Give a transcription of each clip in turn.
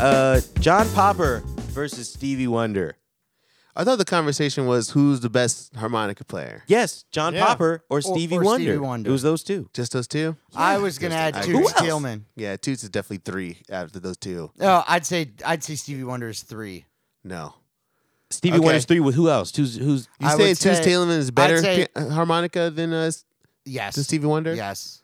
uh, John Popper versus Stevie Wonder. I thought the conversation was who's the best harmonica player. Yes, John Yeah. Popper or Stevie, or Wonder. Stevie Wonder. It was those two. Just those two? I was gonna add I- Toots Who else? Thielman. Yeah, Toots is definitely three after those two. Oh, I'd say I'd say Stevie Wonder is three. No. Stevie Okay. Wonder's three with who else? Who's who's? You I say would Toots say- Taylorman is better I'd say- pi- harmonica than uh, s- Yes. than Stevie Wonder? Yes.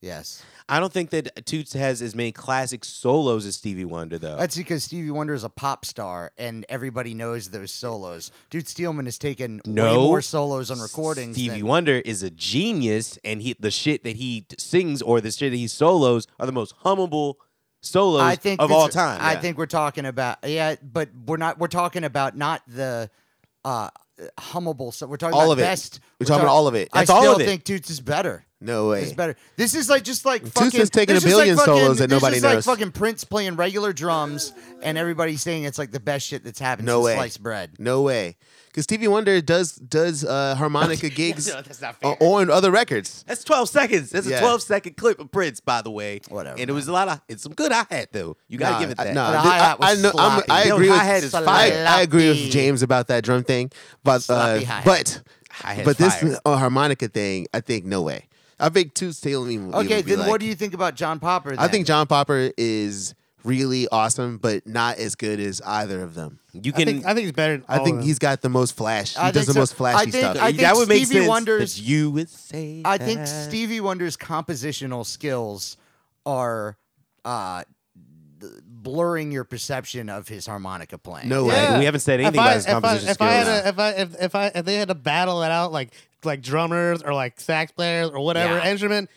Yes. I don't think that Toots has as many classic solos as Stevie Wonder though. That's because Stevie Wonder is a pop star and everybody knows those solos. Dude Steelman has taken way No. more solos on recordings. Stevie than- Wonder is a genius, and he the shit that he t- sings or the shit that he solos are the most hummable solos I think of this- all time. I think we're talking about yeah, but we're not we're talking about not the uh hummable so we're talking All about of it. best. We're talking about all of it. I That's all still of it. think Toots is better. No way. It's better. This is like just like Toots fucking. has taken this a is billion like fucking, solos that this nobody is knows. Like fucking Prince playing regular drums and everybody saying it's like the best shit that's happened No since way. sliced bread. No way. Because Stevie Wonder does does uh, harmonica gigs No, that's not o- fair. on other records. that's twelve seconds. That's Yeah. a twelve second clip of Prince, by the way. Whatever, And it was a lot of it's some good hi hat though. You gotta Nah, give it I- that. nah, The th- hi-hat I, I was know, I'm- sloppy. I Yo, agree with hi-hat is fire. I, I agree with Sloppy. James about that drum thing, but uh, Sloppy hi-hat. but Hi-hat's but this fire. uh, harmonica thing, I think no way. I think Toots Taylor. Okay, then what do you think about John Popper? I think John Popper is really awesome, but not as good as either of them. you I can. think, I think it's better. Than I all think of them. he's got the most flash. He Oh. I does think the so. most flashy I think- stuff. I that would make Stevie sense Wonder's- that you would say. I think that. Stevie Wonder's compositional skills are uh, th- blurring your perception of his harmonica playing. No way. Yeah. We haven't said anything if about I, his if I, composition if I had skills. a, if I if, if I if they had to battle it out like like drummers or like sax players or whatever Yeah. instrument,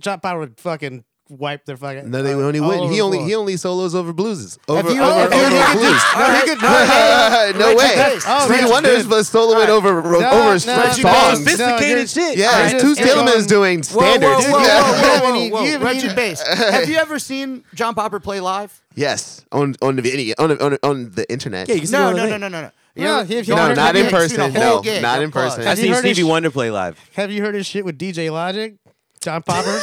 John Power would fucking wipe their fucking. No, they uh, only all win. over He the only floor. he only solos over blueses. Over oh, you- over, if you over look at blues. this- all right, no Richard way. Bass. Oh, Stevie that's Wonder's good. was soloing Alright. over ro- No, over no, no, songs. no, Songs. dude. Sophisticated shit. Yeah, Alright, it's just- Toots it's Taylman is on- doing Whoa, whoa, standards. whoa, Yeah. whoa, You whoa, haven't whoa, e- whoa. you haven't Wretched even- bass. Have you ever seen John Popper play live? Yes, on on the video, on the- on, the- on the internet. yeah, you can see the No, whole no, thing. no, no, no, no. You No, ever- he- he- gone No, to not the in gig, seen person. a whole No, gig not up in close. person. I've Have you seen heard his Stevie sh- Wonder play live. Have you heard his shit with DJ Logic, John Popper?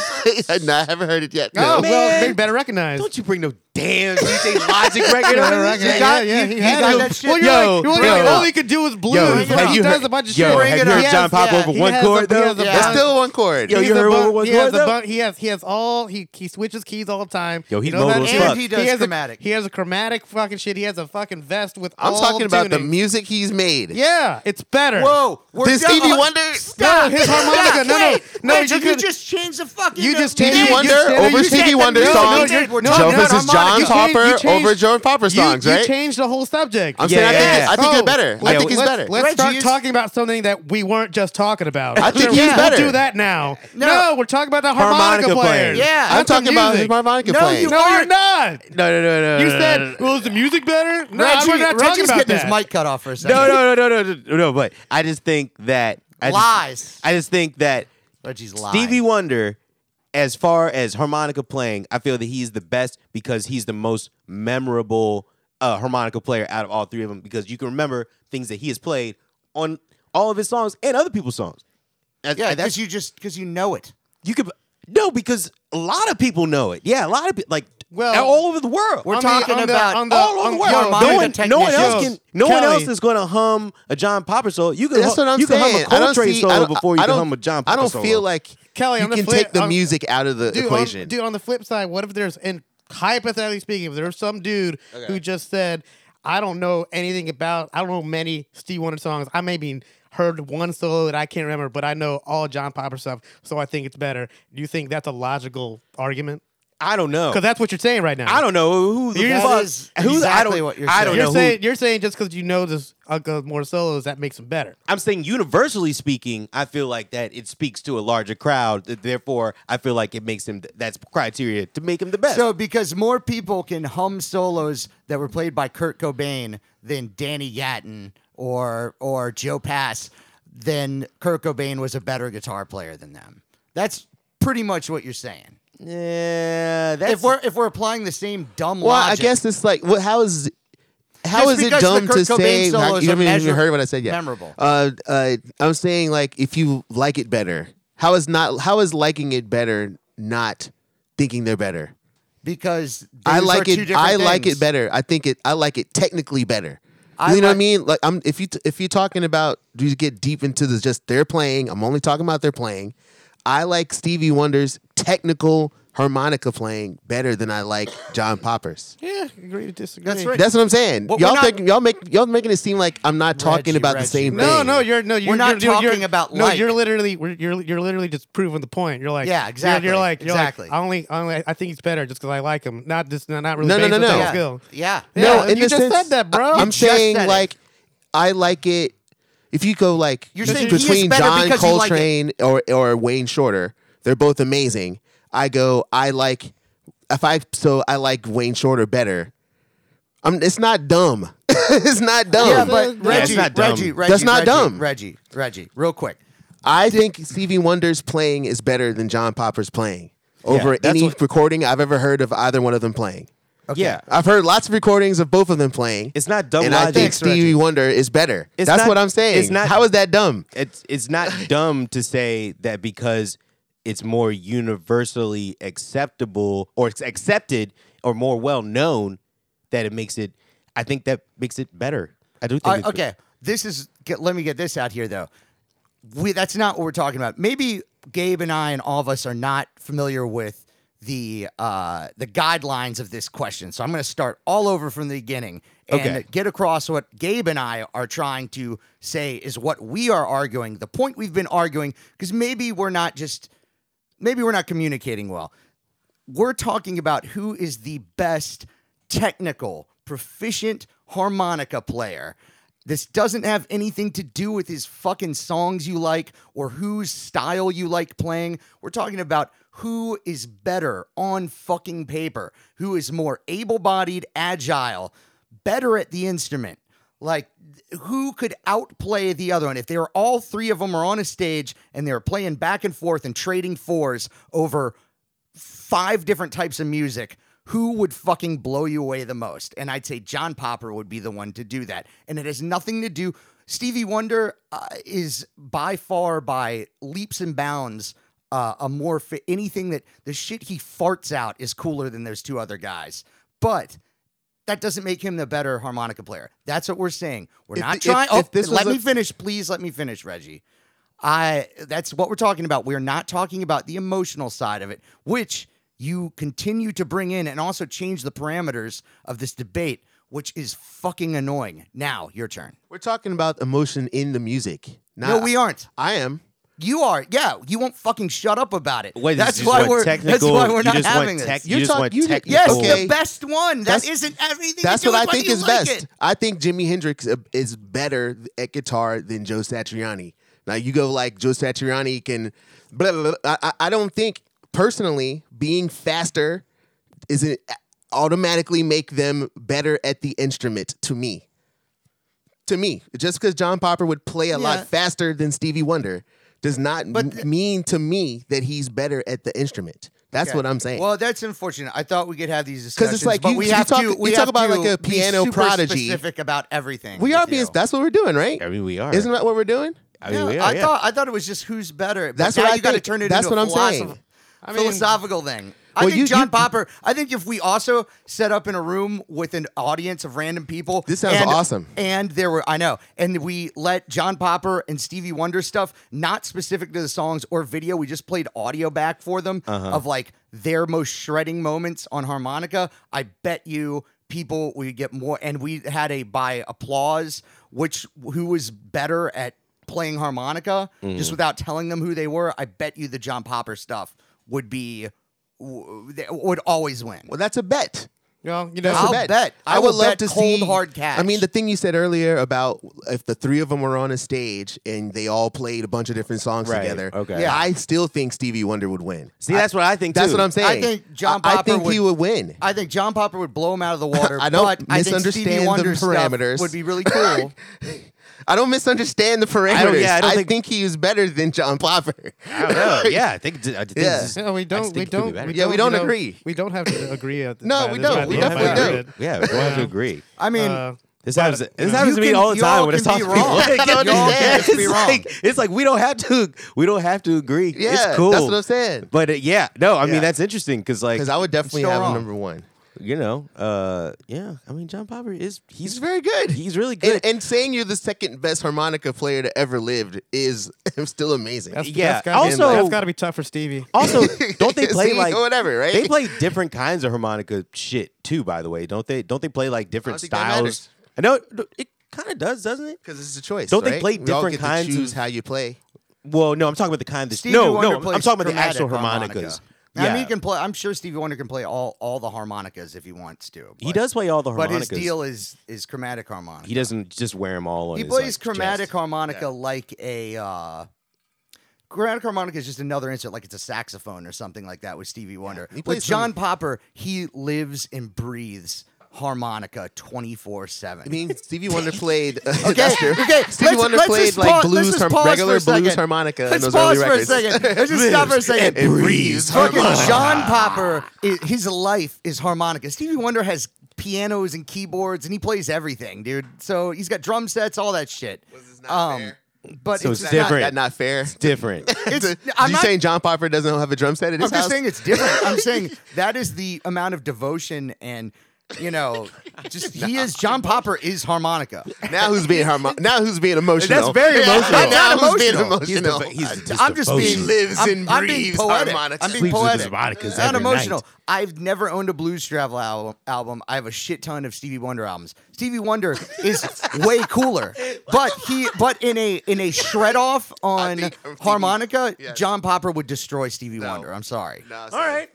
no, I haven't heard it yet. Oh, No. well, Man. they better recognize. Don't you bring no damn DJ Logic record Yeah, over right, this shit. yeah, yeah, he had got it. that shit? Well, you're Yo, like, well, bro. you're like, all he could do was blues. have like, he you does heard- a bunch of yo, shit. have you He heard has- John Popper yeah, over he one has a- chord, he though? has a That's It's bunch. still one chord. Yo, He's you a heard bun- what was he has going a up? bun- he has he has all he he switches keys all the time. Yo, he You know mobile that? as And fuck. he does has chromatic. A, he has a chromatic fucking shit. He has a fucking vest with. I'm all talking about the tunings. music he's made. Yeah, it's better. Whoa, we're Did done- Stevie oh, Wonder? Stop. No, his Stop. harmonica. No, no, Wait, no, wait, you you, could- just changed the fucking. You the- just the changed- Stevie name. you Wonder said- over you said Stevie that Wonder music songs. we did. We're talking Joe about versus John harmonica. You Popper changed- you over changed- John Popper You- songs, you right? changed the whole subject. I'm saying I think Yeah. I think Oh, he's better. I let's- think he's let's- better. Let's start Reggie is- talking about something that we weren't just talking about. I think yeah, he's we'll better. do that now. No, No. we're talking about the harmonica, Harmonica players. players. Yeah. I'm That's the talking about his music. harmonica No, playing. you No, you're aren't. not. No, no, no, no. You no, no, said, no, "Well, is the music better?" No, Reggie, we're not Reggie's talking about getting that. his mic cut off for a second. no, no, no, no, no, no, no, But I just think that I just- Lies. I just think that Reggie's lying. Stevie Wonder, as far as harmonica playing, I feel that he's the best because he's the most memorable uh, harmonica player out of all three of them because you can remember things that he has played on all of his songs and other people's songs. That- Yeah, that's because you just because you know it. you could no because a lot of people know it. Yeah, a lot of people like Well, all over the world. We're On the- talking on the- about on the- all over the world. Yo, no, Monica one, no one else technicians. can. No one Kelly. else is going to hum a John Popper solo. You can. That's hum, what I'm you saying. can hum a I don't Coltrane see- I solo don't- before you I can don't- hum a John I Popper don't solo. feel like Kelly, you on the can flip- take the on- music out of the um, dude, equation. On, dude, um, on the flip side, what if there's and hypothetically speaking, if there's some dude who just said, I don't know anything about I don't know many Steve Wonder songs. I maybe heard one solo that I can't remember, but I know all John Popper stuff, so I think it's better. Do you think that's a logical argument? I don't know. Because that's what you're saying right now. Oh. I don't know who the You're- fuck That is who's I exactly don't, what you're I don't saying. You're know. saying who, you're saying just because you know there's a couple more solos that makes them better. I'm saying universally speaking, I feel like that it speaks to a larger crowd. th- Therefore, I feel like it makes him. That's criteria to make him the best. So because more people can hum solos that were played by Kurt Cobain than Danny Gatton or or Joe Pass, then Kurt Cobain was a better guitar player than them. That's pretty much what you're saying. yeah, that's If we're if we're applying the same dumb well, logic, I guess it's like well, how is how Just is it because the dumb Kurt to Cobain say solos how- are you haven't even measure- heard what I said yet. memorable. Uh, uh, I'm saying like if you like it better, how is not how is liking it better not thinking they're better? because I those are like two it. different I like things. it better. I think it. I like it technically better. You I know what I like- mean? Like I'm. If you t- if you're talking about do you get deep into the just they're playing. I'm only talking about they're playing. I like Stevie Wonder's technical harmonica playing better than I like John Popper's. Yeah, agree to disagree. That's right. That's what I'm saying. Well, we're y'all not- think y'all make y'all making it seem like I'm not talking Reggie, about the Reggie. same No, thing. no, you're no. You're, not you're, you're- talking about No, like. you're literally we're- you're you're literally just proving the point. You're like Yeah, you're- exactly, You're, like you're like, exactly. I only I only I think he's better just because I like him. Not just not, not really. No, no, based no, on no. technical yeah. Skill. yeah. No, Yeah, in you the just sense- said that, bro. I- You I'm just saying said it. like I like it. If you go like You're bet- saying he is between better John because you like it. Coltrane or or Wayne Shorter, they're both amazing. I go. I like if I so I like Wayne Shorter better. I'm, it's not dumb. it's not dumb. Yeah, Yeah, but it's Reggie, not dumb. Reggie, Reggie, That's not Reggie, dumb. Reggie, Reggie, real quick. I think Stevie Wonder's playing is better than John Popper's playing over that's any what- recording I've ever heard of either one of them playing. Yeah. I've heard lots of recordings of both of them playing. It's not dumb and I logic. think Stevie Wonder is better. It's That's not- what I'm saying. it's not- How is that dumb? it's it's not dumb to say that because it's more universally acceptable or it's accepted or more well known that it makes it. I think that makes it better. I do think. Uh, it's okay, this is. Get, let me get this out here though. We that's not what we're talking about. Maybe Gabe and I and all of us are not familiar with the uh, the guidelines of this question. So I'm going to start all over from the beginning and Okay. get across what Gabe and I are trying to say is what we are arguing, the point we've been arguing, because maybe we're not just maybe we're not communicating well. We're talking about who is the best technical, proficient harmonica player. This doesn't have anything to do with his fucking songs you like or whose style you like playing. We're talking about who is better on fucking paper, who is more able bodied, agile, better at the instrument. Like, th- who could outplay the other one? If they were all three of them are on a stage and they're playing back and forth and trading fours over five different types of music, who would fucking blow you away the most? And I'd say John Popper would be the one to do that. And it has nothing to do. Stevie Wonder uh, is by far, by leaps and bounds, uh, a more fit. Anything that the shit he farts out is cooler than those two other guys. But that doesn't make him the better harmonica player. That's what we're saying. We're If not the- if- trying. if oh, this let was me a- finish, please. Let me finish, Reggie. I. That's what we're talking about. We're not talking about the emotional side of it, which you continue to bring in and also change the parameters of this debate, which is fucking annoying. Now, your turn. We're talking about emotion in the music. No, Not, we aren't. I am. You are. Yeah, you won't fucking shut up about it. What, that's you just why want we're. technical. That's why we're you not just having want this. tech- you You're just talk- want you- yes, yes, technical. Okay. the best one. That That's- isn't everything. to That's do what I with whether think you is like best. it. I think Jimi Hendrix uh, is better at guitar than Joe Satriani. Now you go like Joe Satriani can. Blah, blah, blah. I, I- I don't think personally being faster isn't uh, automatically make them better at the instrument to me. To me, just because John Popper would play a Yeah. lot faster than Stevie Wonder does not m- mean to me that he's better at the instrument. That's Okay. what I'm saying. Well, that's unfortunate. I thought we could have these discussions it's like but you- we you have talk- to. you We talk have about to like a be piano super prodigy. Specific about everything. we with are being. you. That's what we're doing, right? I mean, we are. Isn't that what we're doing? I mean, we Yeah, are. I yeah. thought I thought it was just who's better. But That's now what I you gotta think. turn it That's into what a I'm saying. philosoph- I mean- philosophical thing. I Well, think you- John you- Popper. I think if we also set up in a room with an audience of random people, This sounds and- awesome. And there were I know, and we let John Popper and Stevie Wonder stuff not specific to the songs or video. We just played audio back for them of like their most shredding moments on harmonica. I bet you people we get more, and we had a by applause which who was better at playing harmonica just without telling them who they were. I bet you the John Popper stuff would be w- that would always win. Well, that's a bet. You know, you know I'll bet. bet. I will bet cold, see- hard cash. I mean, the thing you said earlier about if the three of them were on a stage and they all played a bunch of different songs Right, together, okay. Yeah. I still think Stevie Wonder would win. See, that's what I think. That's too. what I'm saying. I think John I- I Popper think he would would- win. I think John Popper would blow him out of the water. I don't but I think misunderstand Stevie the Wonder stuff parameters. Would be really cool. I don't misunderstand the parameters. I don't- yeah, I don't think- he is better than John Popper. I don't know. Yeah, I think. I think Yeah. this is- Yeah, we I don't. think We it could be don't. better. Yeah, we you don't know, agree. We don't have to agree. At No, by we this- by don't. We the end, definitely by the don't. end. Yeah, we don't have to agree. I mean, Uh, This happens. This happens You to me can- all the you all time when can it's talking be to people. wrong. Like, I don't you all understand. can. Be It's wrong. like it's like we don't have to. We don't have to agree. Yeah, it's cool. that's what I'm saying. But uh, yeah, no, I Yeah. mean that's interesting because like Because I would definitely still have him wrong. number one. you know, uh, yeah. I mean John Popper is he's, He's very good. he's really good. and, and saying you're the second best harmonica player to ever lived is still amazing. That's, Yeah, that's gotta be, also- that's got to be tough for Stevie. also, don't they play See, like whatever, right? They play different kinds of harmonica shit too. By the way, don't they? Don't they play like different think that styles? matters. I know it kind of does, doesn't it? because it's a choice. Don't they right? play We all different get to kinds of- choose how you play. Well, no, I'm talking about the kind that. Stevie no, Wonder no, I'm- I'm plays talking about the chromatic actual harmonica. harmonicas. I mean, he can play. I'm sure Stevie Wonder can play all, all the harmonicas if he wants to. He but- does play all the but harmonicas. his deal is is chromatic harmonica. he doesn't just wear them all. On He his, plays like, chromatic chest. harmonica like a. Uh, chromatic harmonica is just another instrument, like it's a saxophone or something like that with Stevie Wonder. he with plays John Popper, he lives and breathes harmonica 24 7. I mean, Stevie Wonder played. okay, Okay, that's true. okay, Stevie let's- Wonder let's played just like pause- let's blues, just har- pause for a regular blues second. harmonica in Let's those pause early for a records. second. Let's just stop for a second. It breathes. Fucking harmonica. John Popper, i- his life is harmonica. Stevie Wonder has pianos and keyboards, and he plays everything, dude. So he's got drum sets, all that shit. Um, this not fair? But So it's it's just not- different. That not fair. Different. It's, Are I'm you not saying John Popper doesn't have a drum set at his I'm just house? saying it's different. I'm saying that is the amount of devotion and you know, just he is John Popper is harmonica. Now who's being harmon- Now who's being emotional? That's very Yeah, emotional. Now, That's not who's being emotional. He's emotional? the, he's just I'm just devotion. being lives I'm, and I'm being breathes poetic. harmonica. I'm being Sleeps with his poetic. vodkas It's not every night. emotional. I've never owned a blues travel al- album. I have a shit ton of Stevie Wonder albums. Stevie Wonder is way cooler, but he but in a in a shred off on think I'm thinking- harmonica, yes. John Popper would destroy Stevie Wonder. I'm sorry. No, All right.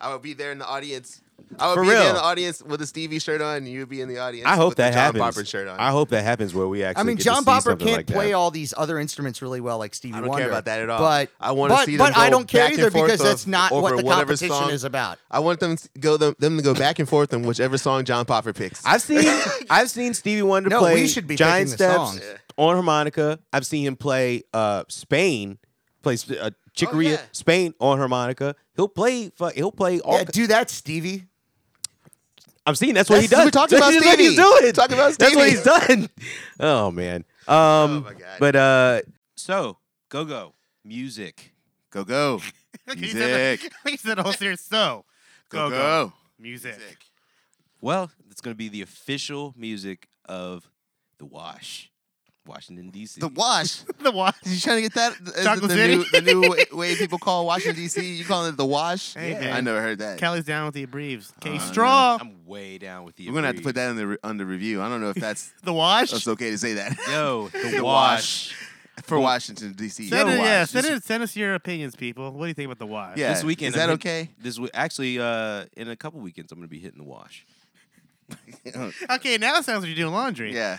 I would be there in the audience. I would For be real. there in the audience with a Stevie shirt on, and you'd be in the audience. I hope with that a John happens. Popper shirt on. I hope that happens where we actually. I mean, get John to see Popper something can't like play that. all these other instruments really well, like Stevie I don't Wonder. care about that at all. But I wanna but- see them But I go don't care back and either forth because that's of- not what over the whatever competition song. is about. I want them to go them, them to go back and forth on whichever song John Popper picks. I've seen I've seen Stevie Wonder No, play we should be giant picking steps the songs. on harmonica. I've seen him play uh, Spain, play sp- uh, Chicory, yeah. Spain on harmonica. He'll play. fu- He'll play all. Yeah, do that, Stevie. I'm seeing that's what he That's- does. we're talking That's about what he's Stevie. doing. Talking about That's what Stevie. he's done. Oh man. Um, my God. But uh, so go go music. Go go. He said Music. the- he said the whole series. So, Go go go. music. Well, it's going to be the official music of the Wash, Washington D.C. The wash. The what? You trying to get that? Is it Chocolate the, City? new, the new way, way people call Washington D.C. You calling it the wash? Hey, Yeah. man. I never heard that. Kelly's down with the abreeves. Oh, K no. Straw. I'm way down with the. We're gonna have to put that in the re- under review. I don't know if that's The wash. that's okay to say that. Yo, the The Wash. Wash. for Washington D.C. Send Yo, it, yeah, wash. send, Just- it, send us your opinions, people. What do you think about the wash? Yeah. This Is weekend. that I'm hit- okay? This we- actually uh, in a couple weekends I'm gonna be hitting the wash. Okay, now it sounds like you're doing laundry. Yeah.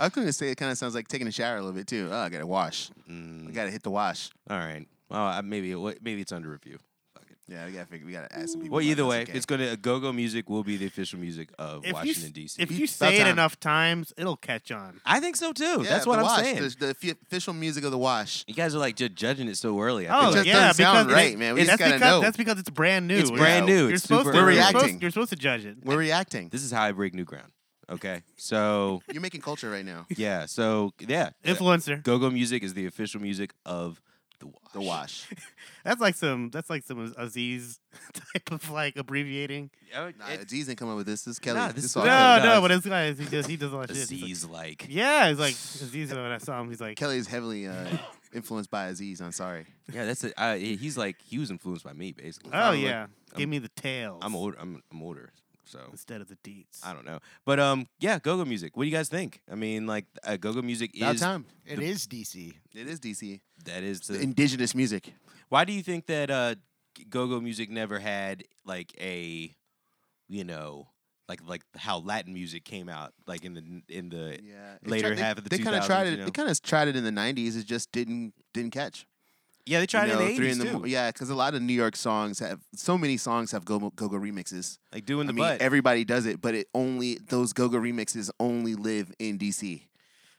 I was going to say it kind of sounds like taking a shower a little bit too. Oh, I got to wash. I got to hit the wash. All right. Well, I- maybe it, wa- maybe it's under review. Fuck it. Yeah, we got to figure. We got to ask some people. Well, why either that's way, okay. it's gonna uh, go-go music will be the official music of If you, Washington s- D.C. if you About say it time. enough times, it'll catch on. I think so too. Yeah, That's what the I'm wash, saying. The, the fi- official music of the wash. you guys are like just judging it so early. I Oh think just yeah, doesn't because sound it- right, man. We that's just gotta because know. that's because it's brand new. It's Yeah. brand new. You're It's supposed super to. early. you're We're supposed- reacting. You're supposed to judge it. We're reacting. this is how I break new ground. Okay, so You're making culture right now. yeah, so yeah, Influencer. go-go music is the official music of the wash. The wash. That's like some. That's like some Aziz type of like abbreviating. Oh, it- Nah, Aziz didn't come up with this. This is Kelly. Nah, this this is is Oh, No, all yeah, no, no, but this guy, he just he does a lot of shit. He's like- Aziz like Yeah, he's like Aziz. When I saw him, he's like, Kelly is heavily uh, influenced by Aziz. I'm sorry. yeah, that's it. I- he's like he was influenced by me basically. "Oh Probably. yeah, give I'm- me the tails." I'm older. I'm, I'm older, so instead of the deets. I don't know. But um, yeah, go-go music. What do you guys think? I mean, like uh, go-go music About is time. It is DC. It is DC. that is the Indigenous music. Why do you think that uh, g- go-go music never had like a, you know, like like how Latin music came out like in the in the Yeah. They later tri- they, half of the They 2000s, tried it. you know? They kind of tried it in the '90s. It just didn't didn't catch. yeah they tried you it know, in the three eighties the too mo- Yeah, because a lot of New York songs have so many songs have go go remixes. like doing I the mean, butt everybody does it, but it only those go go remixes only live in DC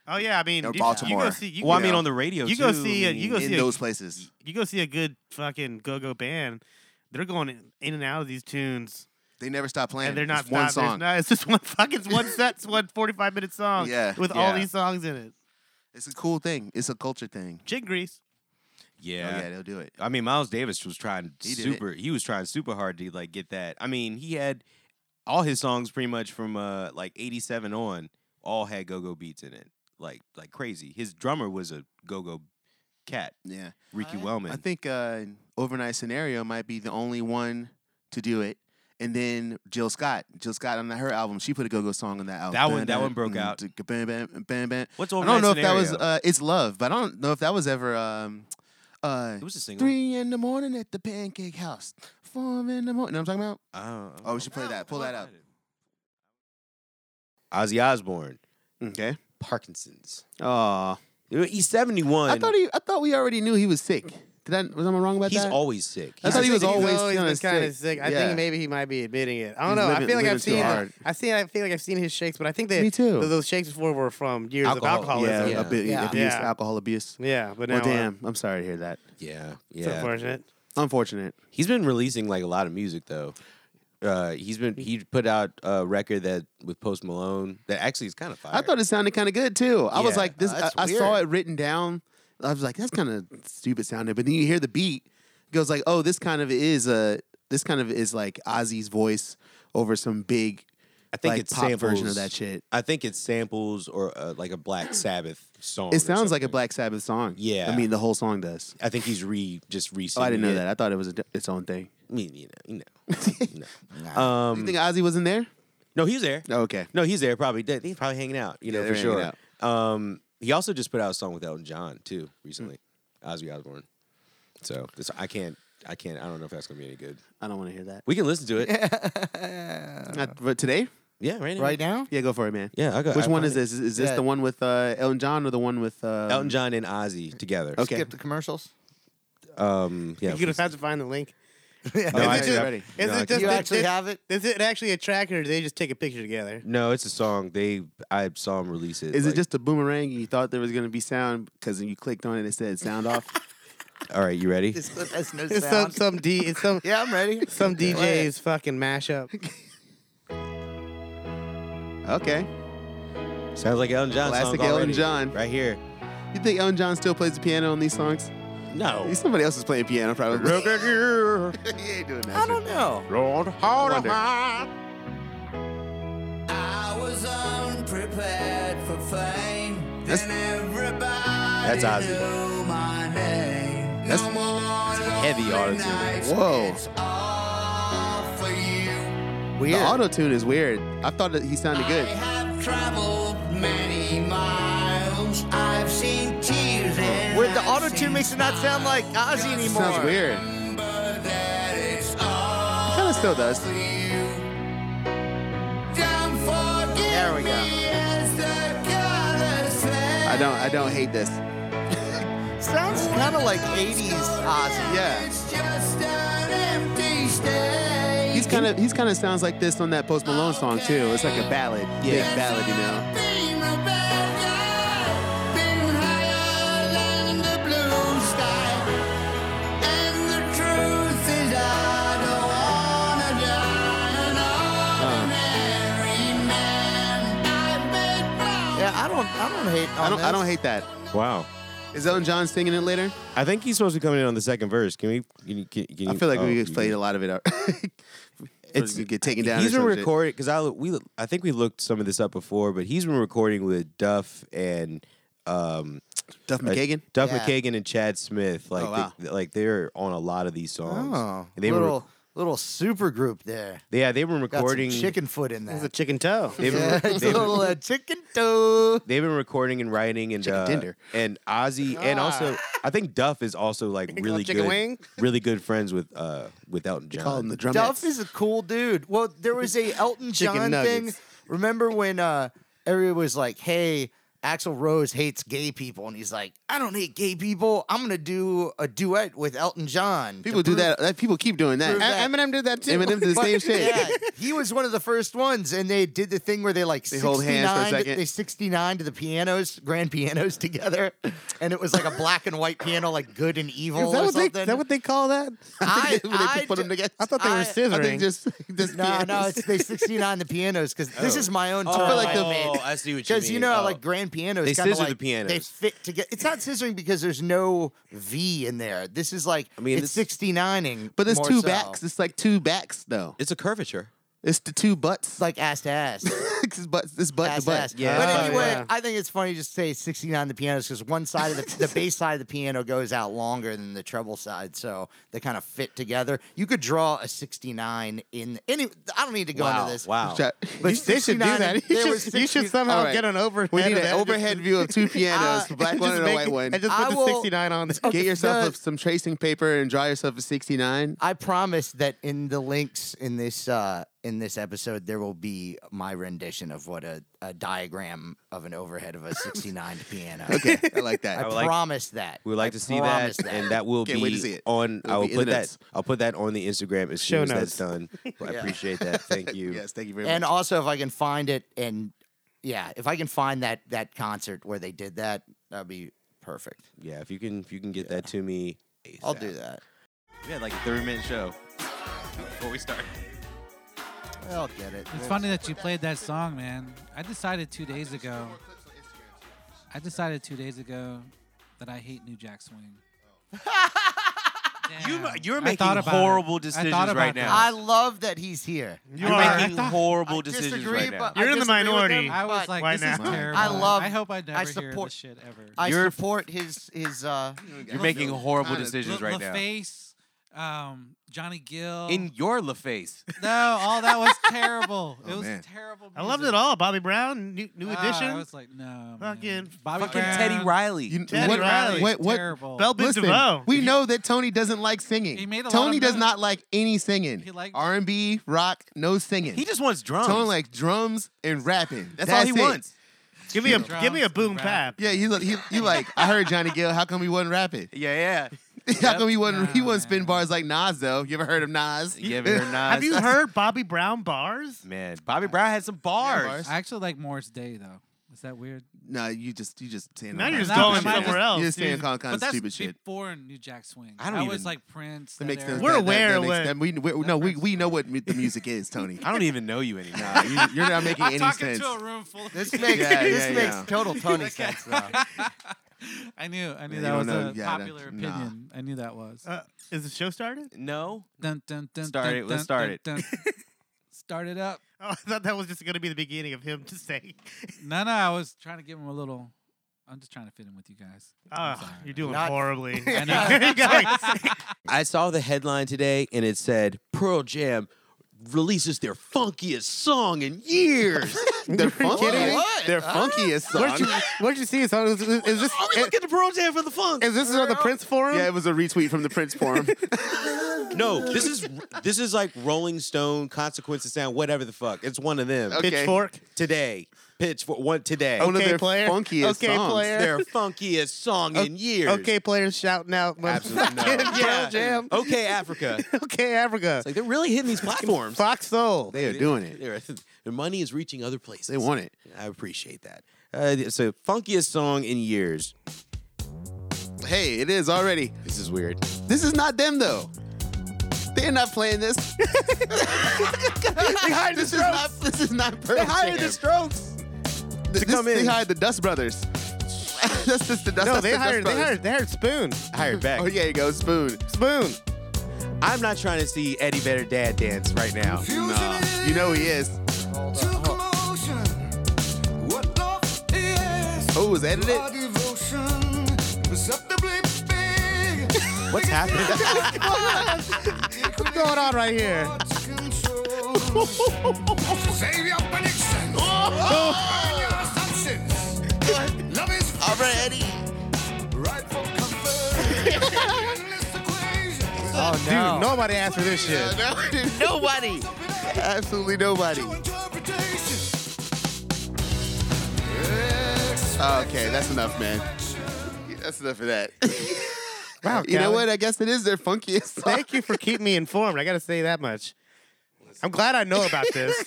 Oh yeah, I mean, Or you- You Baltimore. go see. You, well I you mean know, on the radio you go too, see I it, mean, you go in oh, see a- those places. you go see a good fucking go-go band. They're going in and out of these tunes They never stop playing. and they're not It's one stopped. There's song. not- it's just one fucking it's one set, it's one 45 minute song. Yeah, with all yeah. these songs in it. It's a cool thing. It's a culture thing. Chin grease. Oh, Yeah. yeah, they'll do it. I mean, Miles Davis was trying He did it. super. He was trying super hard to like get that. I mean, he had all his songs pretty much from uh like '87 on, all had go-go beats in it, like like crazy. His drummer was a go-go cat, Yeah. Ricky I- Wellman. I think uh, overnight scenario might be the only one to do it. And then Jill Scott, Jill Scott on her album, she put a go-go song on that album. mm, That one- that one broke out. Bam, bam, bam, bam. What's I overnight don't know if that was Scenario? uh, "It's Love," but I don't know if that was ever. Um, uh, it was a single. three in the morning at the Pancake House. Four in the morning. You know what I'm talking about? Oh, Oh, we should play that. Pull that out. Ozzy Osbourne, Okay. Parkinson's. Oh, You know, He's 71. I thought he. I thought we already knew he was sick. Did I? Was I wrong about he's that? always sick. I He's- thought he was He's always kinda been kinda sick. sick. I Yeah. think maybe he might be admitting it. I He's don't know. living- I feel like living I've too seen hard. I see. I feel like I've seen his shakes, but I think that Me too. th- those shakes before were from years Alcohol. of alcoholism. yeah, Yeah. a bit- Yeah. abuse, Yeah. alcohol abuse. Yeah, but now Well, uh, damn. I'm sorry to hear that. yeah, it's yeah. unfortunate. Unfortunate. He's been releasing like a lot of music though. Uh, he's been he put out a record that with Post Malone that actually is kind of fire. I thought it sounded kind of good too. I was Yeah. like, this. Oh, I, that's I saw weird. it written down. I was like, that's kind of stupid sounding. But then you hear the beat, it goes like, oh, this kind of is a. This kind of is like Ozzy's voice over some big, I think like, it's pop samples version of that shit. I think it's samples or uh, like a Black Sabbath song. or It sounds like a something. Black Sabbath song. Yeah. I mean the whole song does. I think he's re just re. Oh, I didn't know that. I thought it was a d its own thing. I mean, you know, you know. no. Um, you think Ozzy wasn't there? no, he's there. Oh, okay. No, he's there. Probably They- he's probably hanging out. You Yeah, know they're for sure. hanging Um, he also just put out a song with Elton John too Hmm. recently, Ozzy Osbourne. So this, I can't, I can't, I don't know if that's gonna be any good. I don't want to hear that. We can listen to it. Not for today? yeah, right. Now. right now. Yeah, go for it, man. Uh, Yeah, I got. Which I one found is it. this? Is, is this Yeah. the one with uh, Elton John or the one with um, Elton John and Ozzy together. Okay. Skip the commercials. Um, yeah. you could have to find the link. no, Is I it actually- I- no, is just- Is I it can't. just You a- actually is- have it? Is it actually a track, or do they just take a picture together? No, it's a song. They I saw him release it. Is like- it just a boomerang? and You thought there was gonna be sound because you clicked on it and it said sound off. All right, you ready? This clip has no It's some sound. some D. It's some yeah, I'm ready. some Play it. DJ's fucking mashup. Okay, Sounds like Elton John. classic songs Elton already. John. Right here. You think Elton John still plays the piano on these songs? No. Somebody else is playing piano probably. Look at you. he ain't doing that. I don't know. Don't hold Wonder. on. I was unprepared for fame. Then everybody That's Ozzy. knew my name. That's- no more heavy lonely auto-tune. nights. Whoa. It's all for you. The Weird. auto tune is weird. I thought that he sounded I good. have traveled many miles. I've seen tears and Where the I've auto tune seen makes it not sound like Ozzy anymore. Sounds weird. Remember that it's all Kind of still does. for you. Don't forget There we go. me as the colors fade. I don't. I don't hate this. Sounds kind of like 80s Ozzy. Yeah. It's just an empty stage. He's kind of. He's kind of sounds like this on that Post Malone song too. It's like a ballad. Big Yeah. ballad, you know. Been a bad guy, been higher than the blue sky. And the truth is I don't wanna die an ordinary man. I've been proud. Yeah, I don't, I don't hate. I on don't. I this. don't hate that. Wow. Is Elton John singing it later? I think he's supposed to be coming in on the second verse. Can we? Can, you- can, can I you- feel like oh, we you- played a lot of it. out. It's- it's get taken down. He's been or some shit. recording because I we I think we looked some of this up before, but he's been recording with Duff and um Duff uh, McKagan. Duff Yeah. McKagan and Chad Smith. Like Oh, wow. they, like they're on a lot of these songs. Oh, And they were little little super group there. yeah they were Got recording. some chicken foot in It's a there. chicken toe. They've been, Yeah, it's a they've been- little uh, chicken toe. they've been recording and writing and Chicken uh, tender. and Ozzy and also I think Duff is also like call really it chicken good wing? really good friends with uh with Elton John. Call him the drumettes. Duff is a cool dude. Well, there was a Elton Chicken John thing. nuggets. Remember when uh everyone was like, "Hey, Axel Rose hates gay people, and he's like, I don't hate gay people. I'm gonna do a duet with Elton John. to People do prove- that. that- People keep doing that. Prove that- Eminem did that too. Eminem did the same shit. Yeah, he was one of the first ones, and they did the thing where they like They hold hands for a 69 second. They sixty nine to the pianos, grand pianos together, and it was like a black and white piano, like good and evil Is that or what, they, something. is that what they call that? I, When they I put d- them together. I thought they I- were I scissoring. I think just, just no, no, it's they sixty nine the pianos because this is my own term. Oh, like the I see what you because you mean. know, Oh. like grand pianos, They kinda scissor the like- They pianos. fit together. It's not scissoring because there's no V in there. This is like I mean, mean, it's this- sixty nining, But it's more two so. backs. It's like two backs though. it's a curvature. It's the two butts. It's like ass to ass. It's butt. This butt to Ass, butt. ass. Yeah. But Oh, anyway, yeah. I think it's funny just to say 69 the pianos because one side of the, the bass side of the piano goes out longer than the treble side, so they kind of fit together. You could draw a 69 in any. I don't need to go wow. into this. Wow. Shut- But They should do 69 that. there You was should, you 60 should somehow All right. get an overhead. We need of that an and overhead view of two pianos, Uh, black just- one just and a make- white one. And just I put will- the 69 on there. Get yourself the- a- some tracing paper and draw yourself a 69. I promise that in the links in this uh, in this episode, there will be my rendition of what a, a diagram of an overhead of a 69 piano. Okay, I like I, that. would like- promise that. We would like I to see that, promise and that will Can't be wait to see it. on. It'll I will be in put the that. notes. I'll put that on the Instagram as Show soon as that's notes. done. I appreciate that. Thank you. Yes, thank you very and much. also if I can find it and yeah, if I can find that that concert where they did that, that'd be perfect. Yeah, if you can, if you can get that to me, ASAP. I'll do that. We had like a thirty minute show before we started. I'll get it. It's funny that you played that song, man. I decided two days ago. I decided two days ago that I hate New Jack Swing. Damn. You, you're I making thought about horrible it. I decisions thought right about now. I love that he's here. You I are thought- making I horrible I decisions disagree, right now. but I You're in the disagree with minority. him, I was but like, Why this not? is terrible. I love- I hope I never I hear support- this shit ever. I You're- support his his uh You're making horrible Kinda. decisions La- right now. LaFace, um, Johnny Gill. In Oh, your LaFace. no, all that was terrible. it was man. terrible. I loved music. it all. Bobby Brown, New, new Ah, Edition, I was like, no. Fucking- man. Bobby fucking Brown, Teddy Riley. You- Teddy what- Riley. What, what, terrible. Bell Biv listen, DeVoe. we know that Tony doesn't like singing. He made a lot Tony of does noise. not like any singing. He likes- R&B, rock, no singing. He just wants drums. Tony like drums and rapping. That's, That's, all it. he wants. Give me a Drums give me a and boom rap. pap. Yeah, you look. He, you like. I heard Johnny Gill. How come he wasn't rapping? Yeah, How come he wasn't? he Nah, wasn't spin man. bars like Nas though. You ever heard of Nas? yeah. Give her Nas. Have you heard Bobby Brown bars? Man, Bobby Brown had some bars. bars. I actually like Morris Day though. Is that weird? No, you just you just saying. Now all you're kinds just of going stupid somewhere shit. else, You're just saying dude. all kinds but of that's stupid shit. before New Jack Swing. I don't that even- was like Prince. That That makes era. no. We're that- aware that, of makes- what- that- we, we, no, we, we know what mu- the music is, Tony. I don't even know you anymore. Nah, you, you're not making I'm any talking sense. to a room full. Of this makes Yeah, this yeah, makes yeah. total Tony sense though. I knew. I knew You that don't was know- a yeah, that- popular nah. opinion. I knew that was. Uh, is the show started? No, Dun, dun, dun, Start dun, it, let's dun, start dun, dun. Start it up. Oh, I thought that was just going to be the beginning of him to say, No, no. I was trying to give him a little. I'm just trying to fit in with you guys. I'm "Oh, sorry. you're doing Not- horribly." I know. You guys- I saw the headline today, and it said Pearl Jam releases their funkiest song in years. They're funky. kidding me? They're funky as Where'd son. you, where'd you see it? Is, is, is this Only is, look at the Pearl Jam for the funk. is this on the Prince Forum? Yeah, it was a retweet from the Prince Forum. No, this is this is like Rolling Stone, Consequence of Sound, whatever the fuck. It's one of them Okay. Oh, Pitchfork. today. Pitch for one today. One of Okay, their player. funkiest Okay, songs. player. their funkiest song in years. Okay, players shouting out. Absolutely no. motherfucking Pearl Yeah. Jam. Okay, Africa. It's Okay, Africa. like they're really hitting these platforms. Fox Soul. They are doing it. Their, their money is reaching other places. They want it. I appreciate that. Uh, so funkiest song in years. Hey, it is already. This is weird. This is not them though. They're not playing this. they hired this is not. This is not Pearl They hired the Strokes. To come in. They hired the Dust Brothers. that's just the Dust. No, that's they the Dust hired, they Brothers. hired. They hired Spoon. Hired back. Oh yeah, you go spoon. Spoon. I'm not trying to see Eddie Vedder dad dance right now. Nah, you know he is. Oh, was edited? What's happening? What's going on right here? Save your predictions. and your assumptions. Love is Already. right for comfort. Endless equations. Oh Dude, no. nobody asked for this shit. nobody. Absolutely nobody. To interpretation. Oh, Okay, that's enough, man. That's enough of that. Wow, You know Callie. what? I guess it is their funkiest song. Thank you for keeping me informed. I got to say that much. I'm glad I know about this.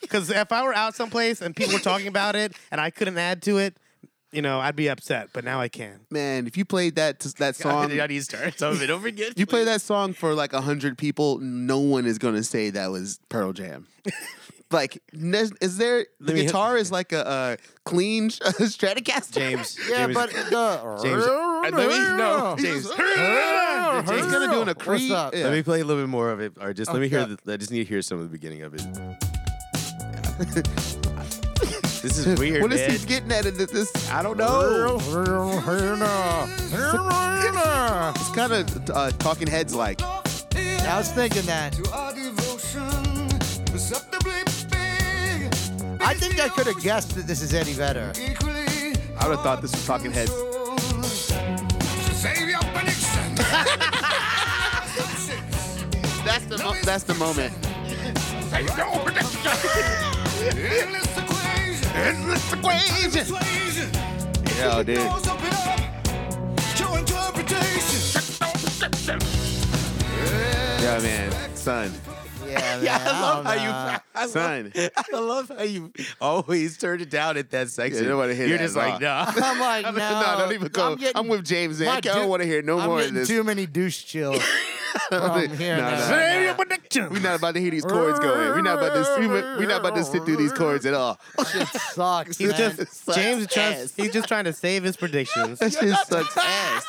Because if I were out someplace and people were talking about it and I couldn't add to it, you know, I'd be upset. But now I can. Man, if you played that that song, I need to start some of it over again. you play that song for like hundred people, no one is gonna say that was Pearl Jam. like, ne- is there the me- guitar is like a, uh clean sh- Stratocaster? James. Yeah, James, but the James, uh, let me no, James. He's gonna do an What's Creed. up? yeah. Let me play a little bit more of it, or just let me hear. Okay. The, I just need to hear some of the beginning of it. this is weird, What man. is he getting at? In this, this I don't know. it's kind of uh, Talking Heads like. I was thinking that. I think I could have guessed that this is Eddie Vedder. I would have thought this was Talking Heads. That's the mo- that's the moment. Yeah, dude. Yeah, man, son, Yeah, man. Yeah, I love how don't know. you. I love, son. I love how you always turned it down at that section. Yeah, nobody hear You're that just like, at nah. I'm like, no, no, don't even go. I'm, I'm, getting, with James. Man. my I don't dude- want to hear no I'm more of getting this. too many douche chills from here. No, now. no. prediction. We're not about to hear these chords going. We're not about to. We're not about to sit through these chords at all. Shit sucks, He's man. just Sucks James. is trying- ass. he's just trying to save his predictions. That shit sucks ass.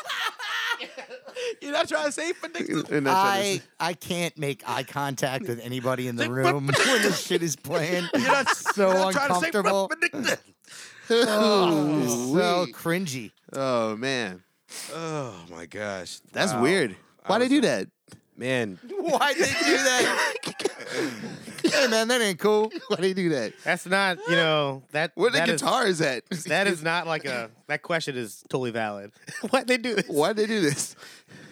You're not trying to save for Nick. And that's what it I I can't make eye contact with anybody in the room when this shit is playing. It's so uncomfortable. is. It's Oh, so Ooh-wee. cringy. Oh man, Oh my gosh, that's Wow. weird. Why they do that? man. Why did you do that? hey man, that ain't cool. Why they do that? That's not, you know, that. Where the that is- guitar is at? that is not like a. That question is totally valid. Why they do this? Why they do this?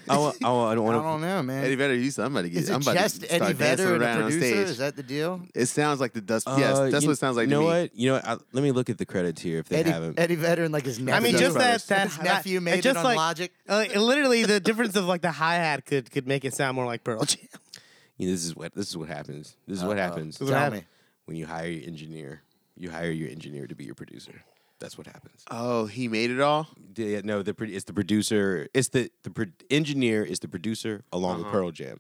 I, wa- I, wa- I don't I want don't know, man. Eddie Vedder, you somebody get. is it I'm about just to start Eddie dancing Vedder and around the on producer? stage. Is that the deal? It sounds like the dust. to. yes, Uh, that's you- what it sounds like. You know to me. what? You know, what? I, let me look at the credits here if they Eddie, haven't. Eddie Vedder and like his nephew. I mean, the just that Brothers. that his nephew that- made it just on like, Logic. Uh, literally, the difference of like the hi hat could could make it sound more like Pearl Jam. You know, this is what this is what happens. This is what happens Tell me. when you hire your engineer. You hire your engineer to be your producer. That's what happens. Oh, he made it all. D- yeah, no, the pro- it's the producer. It's the the pro- engineer is the producer along with Pearl Jam.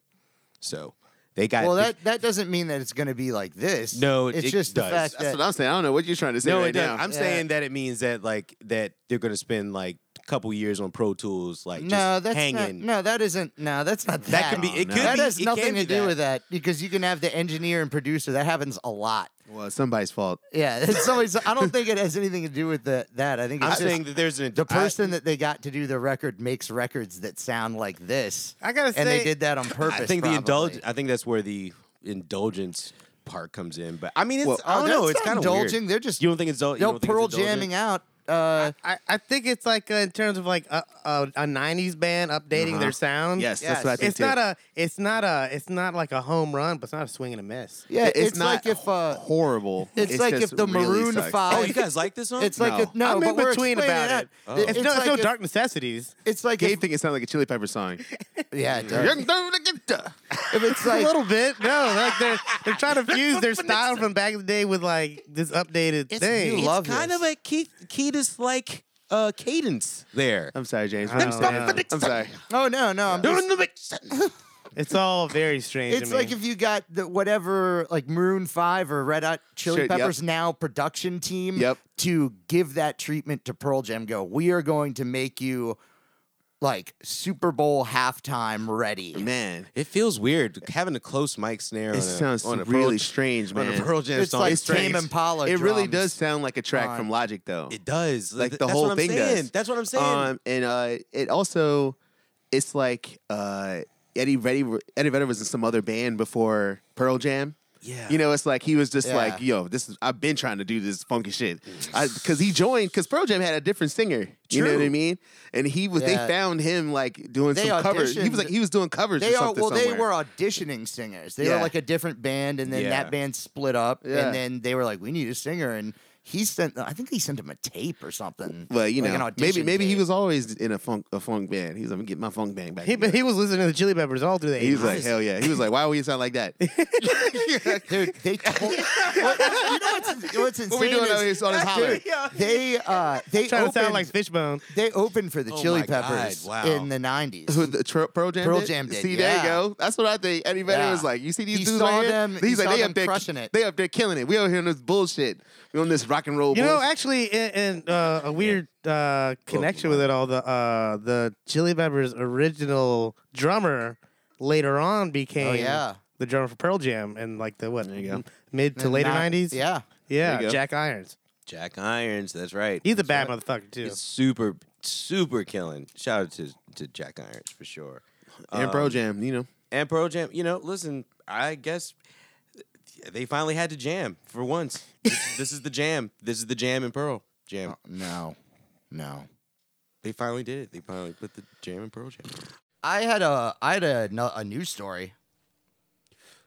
So they got Well, the- that that doesn't mean that it's going to be like this. No, it- it's it just does. the fact That's that what I'm saying. I don't know what you're trying to say no, right it doesn't. now. I'm Yeah. saying that it means that like that they're gonna spend like a couple years on Pro Tools, like no, just that's hanging. not. No, that isn't. No, that's not that. That can be. It no. could that be. has it nothing can to be do with that because you can have the engineer and producer. That happens a lot. well, it's somebody's fault. Yeah, it's always. I don't think it has anything to do with the, that. I think it's I'm just saying that there's an the I- person that they got to do the record makes records that sound like this, I gotta and they say- did that on purpose. I think the probably. indulge. I think that's where the indulgence part comes in. But I mean, it's, Well, I don't Oh, know. that's It's not kind of indulging. They're just You don't think it's you they'll don't think pearl it's indulgent? jamming out. Uh, I, I think it's like uh, in terms of like a, a, a '90s band updating their sound. Yes, Uh-huh. Yes. that's what I think it's too. not a, it's not a, it's not like a home run, but it's not a swing and a miss. yeah, It's, it's, not like if uh, horrible. it's like just if the really Maroon sucks. Five- Oh, you guys like this song? it's like No. if- no, I'm but in we're explaining between about that. Oh. it. It's, no, it's like no if- dark necessities. It's like Gabe if, think it sounds like a Chili Pepper song. yeah, it does. That's if it's a like little bit. No, like they're they're trying to fuse their style from back in the day with like this updated thing. it's love kind this. of a Keith Keith's like uh, cadence there. I'm sorry, James. I I'm don't sorry. know. I'm sorry. oh no no, I'm just- It's all very strange. it's to me. like if you got the whatever like Maroon Five or Red Hot Shit, Chili yep. Peppers now production team Yep. to give that treatment to Pearl Jam. Go, we are going to make you like Super Bowl halftime ready. Man, It feels weird having a close mic snare. it on a, sounds on a Pearl, really strange, man. on a Pearl Jam it's song. like It's Tame strange. Impala. it really drums. does sound like a track on- from Logic, though. It does. Like, the that's whole what I'm thing saying. does. That's what I'm saying. Um, and uh, it also, it's like uh, Eddie Reddy, Eddie Vedder was in some other band before Pearl Jam. yeah. You know, it's like he was just Yeah. Mm. like, yo, this is I've been trying to do this funky shit. I Cause he joined because Pearl Jam had a different singer. You know what I True. mean? And he was Yeah. they found him like doing They some covers. He was auditioned- like he was doing covers They or are something. well. They somewhere. were auditioning singers. They Yeah. were like a different band, and then Yeah. that band split up, Yeah. and then they were like, "We need a singer," and he sent. I think he sent him a tape or something. Well, you like an know, maybe audition maybe he tape. was always in a funk a funk band. He's like, "Let me get my funk band back. He, but together." he was listening to the Chili Peppers all through the He was 80s. like, hell yeah. He was like, why would you sound like that? Dude, they told. what, you know what's, what's insane What we doing is out here on this holler? dude, they uh, they trying opened, to sound like Fishbone. they opened for the Oh Chili my God, Peppers wow. in the nineties. Who the Tro- Pearl Jam? Pearl did? Jam did, See, there you yeah. go. That's what I think. Anybody Yeah. was like, you see these He dudes saw right here? them- he He's saw like, they them up there crushing it. They up there killing it. We over here on this bullshit. We on this rock and roll. You know, bullshit. actually, in, in uh, a weird uh, connection with it all, the uh, the Chili Peppers original drummer later on became yeah. the drummer for Pearl Jam in like the what m- mid to later Not- nineties. Yeah. yeah, you go. Jack Irons. Jack Irons, that's right. He's a That's bad right. motherfucker too. He's super, super killing. Shout out to, to Jack Irons for sure. Um, and Pearl Jam, you know. And Pearl Jam, you know, listen, I guess they finally had to jam for once. this, this is the jam. This is the jam and Pearl jam. Oh. No. No. They finally did it. They finally put the jam and Pearl Jam. I had a I had a, no- a news story.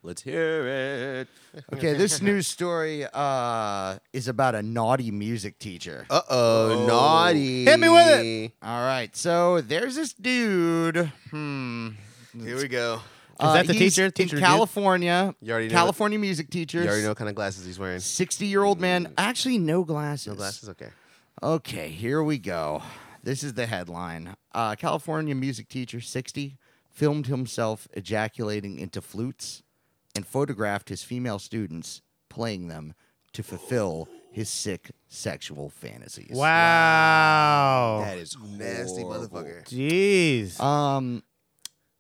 Let's hear it. Okay, this news story uh, is about a naughty music teacher. Uh oh, naughty. Hit me with it. All right, so there's this dude. Hmm. Here we go. Is that the teacher? Teacher in dude? California? You already know what- California music teacher. You already know what kind of glasses he's wearing. Sixty-year-old man. Actually, no glasses. No glasses, okay. Okay, here we go. This is the headline. Uh, California music teacher 60 filmed himself ejaculating into flutes and photographed his female students playing them to fulfill his sick sexual fantasies. Wow. That is Oh, Nasty horrible. motherfucker. Jeez. Um,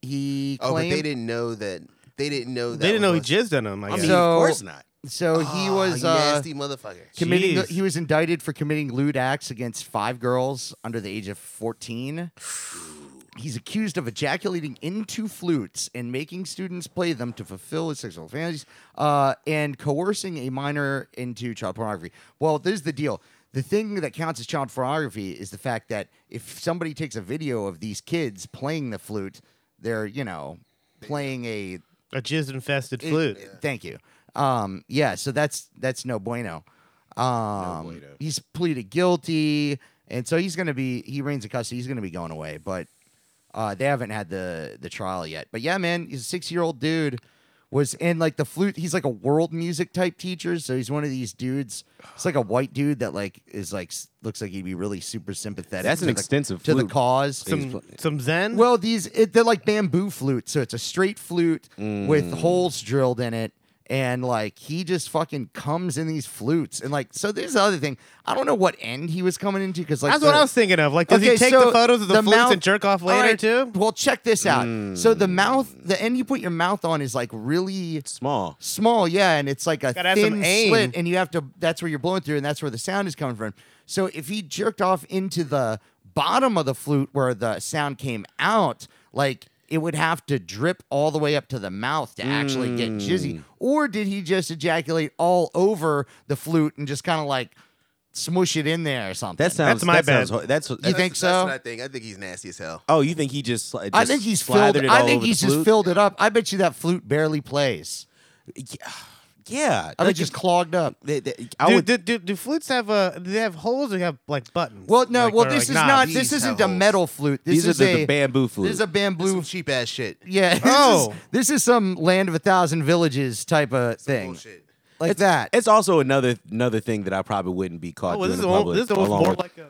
he Oh, but claimed they didn't know that. They didn't know that. they didn't know he was- jizzed on him. I I guess. mean, So- of course not. so he Ah, was uh, nasty motherfucker. committing. Jeez. He was indicted for committing lewd acts against five girls under the age of fourteen. He's accused of ejaculating into flutes and making students play them to fulfill his sexual fantasies, uh, and coercing a minor into child pornography. Well, there's the deal. The thing that counts as child pornography is the fact that if somebody takes a video of these kids playing the flute, they're you know playing a a jizz infested it- flute. Thank you. Um, yeah, so that's that's no bueno. Um, bueno. He's pleaded guilty, and so he's going to be he reigns in custody. He's going to be going away, but uh, they haven't had the the trial yet. But yeah, man, he's a six year old dude. Was in like the flute. He's like a world music type teacher, so he's one of these dudes. It's like a white dude that like is like s- looks like he'd be really super sympathetic. That's an to the- extensive to the flute. cause. Some some Zen. Well, these it, they're like bamboo flutes, so it's a straight flute with holes drilled in it, and like he just fucking comes in these flutes, and like so. There's the other thing. I don't know what end he was coming into because like That's the- what I was thinking of. Like, does he Okay, take so the photos of the, flutes mouth- and jerk off All later right, too? Well, check this out. So the mouth, the end you put your mouth on is like really Small. small, yeah, and it's like a Gotta have some thin aim. slit, and you have to. That's where you're blowing through, and that's where the sound is coming from. So if he jerked off into the bottom of the flute where the sound came out, like it would have to drip all the way up to the mouth to actually get Mm. jizzy, or did he just ejaculate all over the flute and just kind of like smush it in there or something? That sounds. That's my that sounds bad. hor- that's. you that's- think That's so? what I think. I think he's nasty as hell. Oh, you think he just? sli- I just think he's filled. slathered It all I think over he's the just flute? filled it up. I bet you that flute barely plays. Yeah, I bet like, it's just clogged up. they- they- I do, would. do, do, do flutes have uh, do they have holes or have like buttons? Well, no. Like, well, or, this like, is knobs? not. these This isn't have a holes. metal flute. This These are is the, a, the bamboo flute. This is a bamboo. Some cheap ass shit. yeah. This Oh. Is, this is some land of a thousand villages type of thing, Bullshit. like that. It's also another another thing that I probably wouldn't be caught Oh, well, doing this is in al- public. this is almost along more with, like a.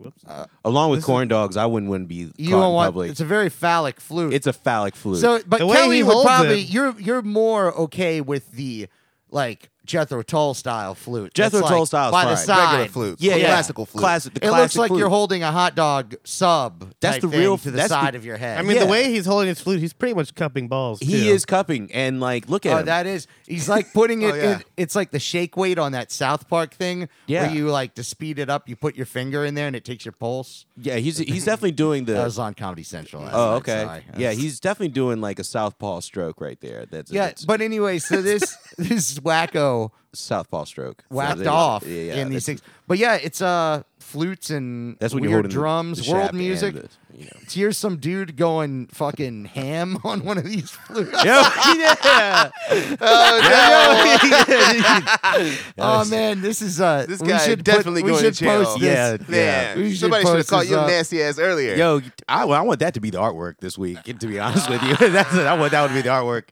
Whoops. along with corn dogs, I wouldn't wouldn't be you caught in don't want. public. It's a very phallic flute. It's a phallic flute. so, but The way Kelly he would holds probably. it- You're you're more okay with the like Jethro Tull style flute. That's Jethro like Tull style's by the fine. side. Regular flute. yeah, yeah, Classical flute. Classic. The It classic looks like flute. you're holding a hot dog sub. That's type the thing real- to the that's the- side of your head. I mean, Yeah. the way he's holding his flute, he's pretty much cupping balls. He too. is cupping and like look at Oh, him. that is. He's like putting it. Oh, yeah. in, it's like the shake weight on that South Park thing. Yeah. Where you like to speed it up, you put your finger in there and it takes your pulse. yeah, he's he's definitely doing That the. was on Comedy Central. last Oh, night, okay. sorry. Yeah, he's definitely doing like a southpaw stroke right there. That's Yeah, that's but anyway, so this this wacko southpaw stroke whacked Yeah, off yeah, yeah, in these that's- things. But yeah, it's uh flutes and That's when you're weird holding the- drums, the world shaft and music. the- you know. Here's some dude going fucking ham on one of these flutes. yeah. Oh man, this is uh. This we guy should put- definitely we going should to jail. Post this. yeah. Yeah. Man, We should somebody should have post called this you up. nasty ass earlier. Yo, I, I want that to be the artwork this week. To be honest with you, that's I want that would be the artwork.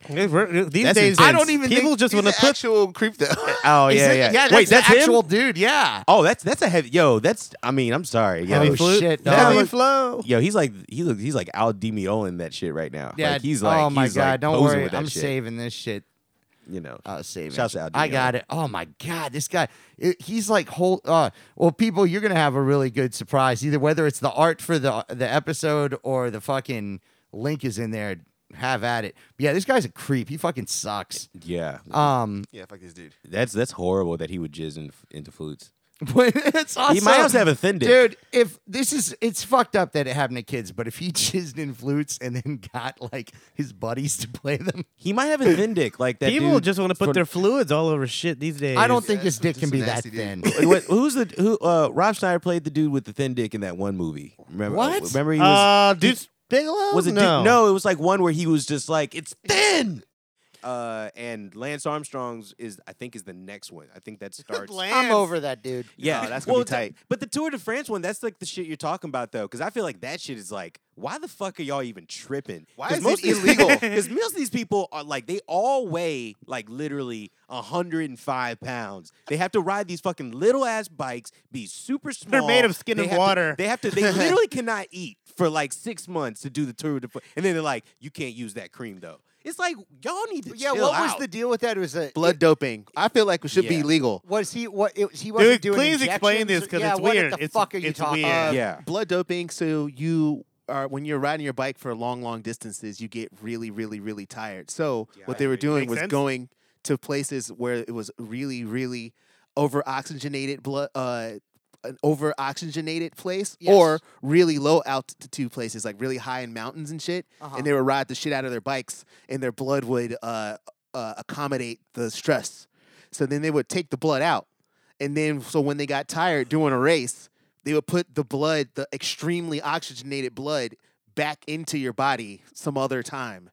These days, intense. I don't even people think just he's want to an put actual creep though. Oh Is yeah, it- yeah. that's Wait, that's the him? actual dude. Yeah. Oh, that's that's a heavy. Yo, that's. I mean, I'm sorry. Yo, oh flute? shit. That dog. was- flow. yo he's like he looks. He's like Al DiMeo in that shit right now. Yeah. like, he's like. oh my he's god! Like don't posing worry, With that I'm shit, saving this shit. You know. Oh, saving. Shouts out I Dion. got it. Oh my god, this guy. it- he's like whole. Uh, well, people, you're gonna have a really good surprise. Either whether it's the art for the the episode or the fucking link is in there. Have at it. But yeah, this guy's a creep. He fucking sucks. Yeah. Um, Yeah, fuck this dude. That's that's horrible that he would jizz in, into flutes. but it's also he might also have a thin dick. Dude, if this is it's fucked up that it happened to kids, but if he jizzed in flutes and then got like his buddies to play them, He might have a thin dick like that. people dude just want to put from- their fluids all over shit these days. I don't think his dick can just be a that nasty dude. thin. Wait, what- who's the who? Uh, Rob Schneider played the dude with the thin dick in that one movie. Remember? oh, What? Remember he was Uh, dude's Bigelow was it? dude- no? no, it was like one where he was just like it's thin. Uh, and Lance Armstrong's is I think is the next one. I think that starts. I'm over that dude. Yeah, Oh, that's gonna be it's like- tight. but the Tour de France one, that's like the shit you're talking about though, because I feel like that shit is like, why the fuck are y'all even tripping? Why 'Cause is most it of these- illegal? Because most of these people are like, they all weigh like literally 105 pounds. They have to ride these fucking little ass bikes, be super small. made of skin They and have to- water. they have to. They literally cannot eat for like six months to do the Tour de France, and then they're like, you can't use that cream though. It's like y'all need to. Yeah, chill what was out. the deal with that? It was a Blood doping. I feel like it should Yeah. be legal. Was he what? It, he wasn't Dude, doing. please explain injections? this 'cause yeah, it's what weird. What the It's- fuck are you it's talking? weird. about? Yeah. Blood doping. So you are when you're riding your bike for long, long distances, you get really, really, really tired. So what they were doing Makes was sense. going to places where it was really, really over oxygenated blood. Uh, an over oxygenated place or really low altitude places, like really high in mountains and shit. Uh-huh. And they would ride the shit out of their bikes, and their blood would uh, uh, accommodate the stress. So then they would take the blood out. And then, so when they got tired doing a race, they would put the blood, the extremely oxygenated blood, back into your body some other time.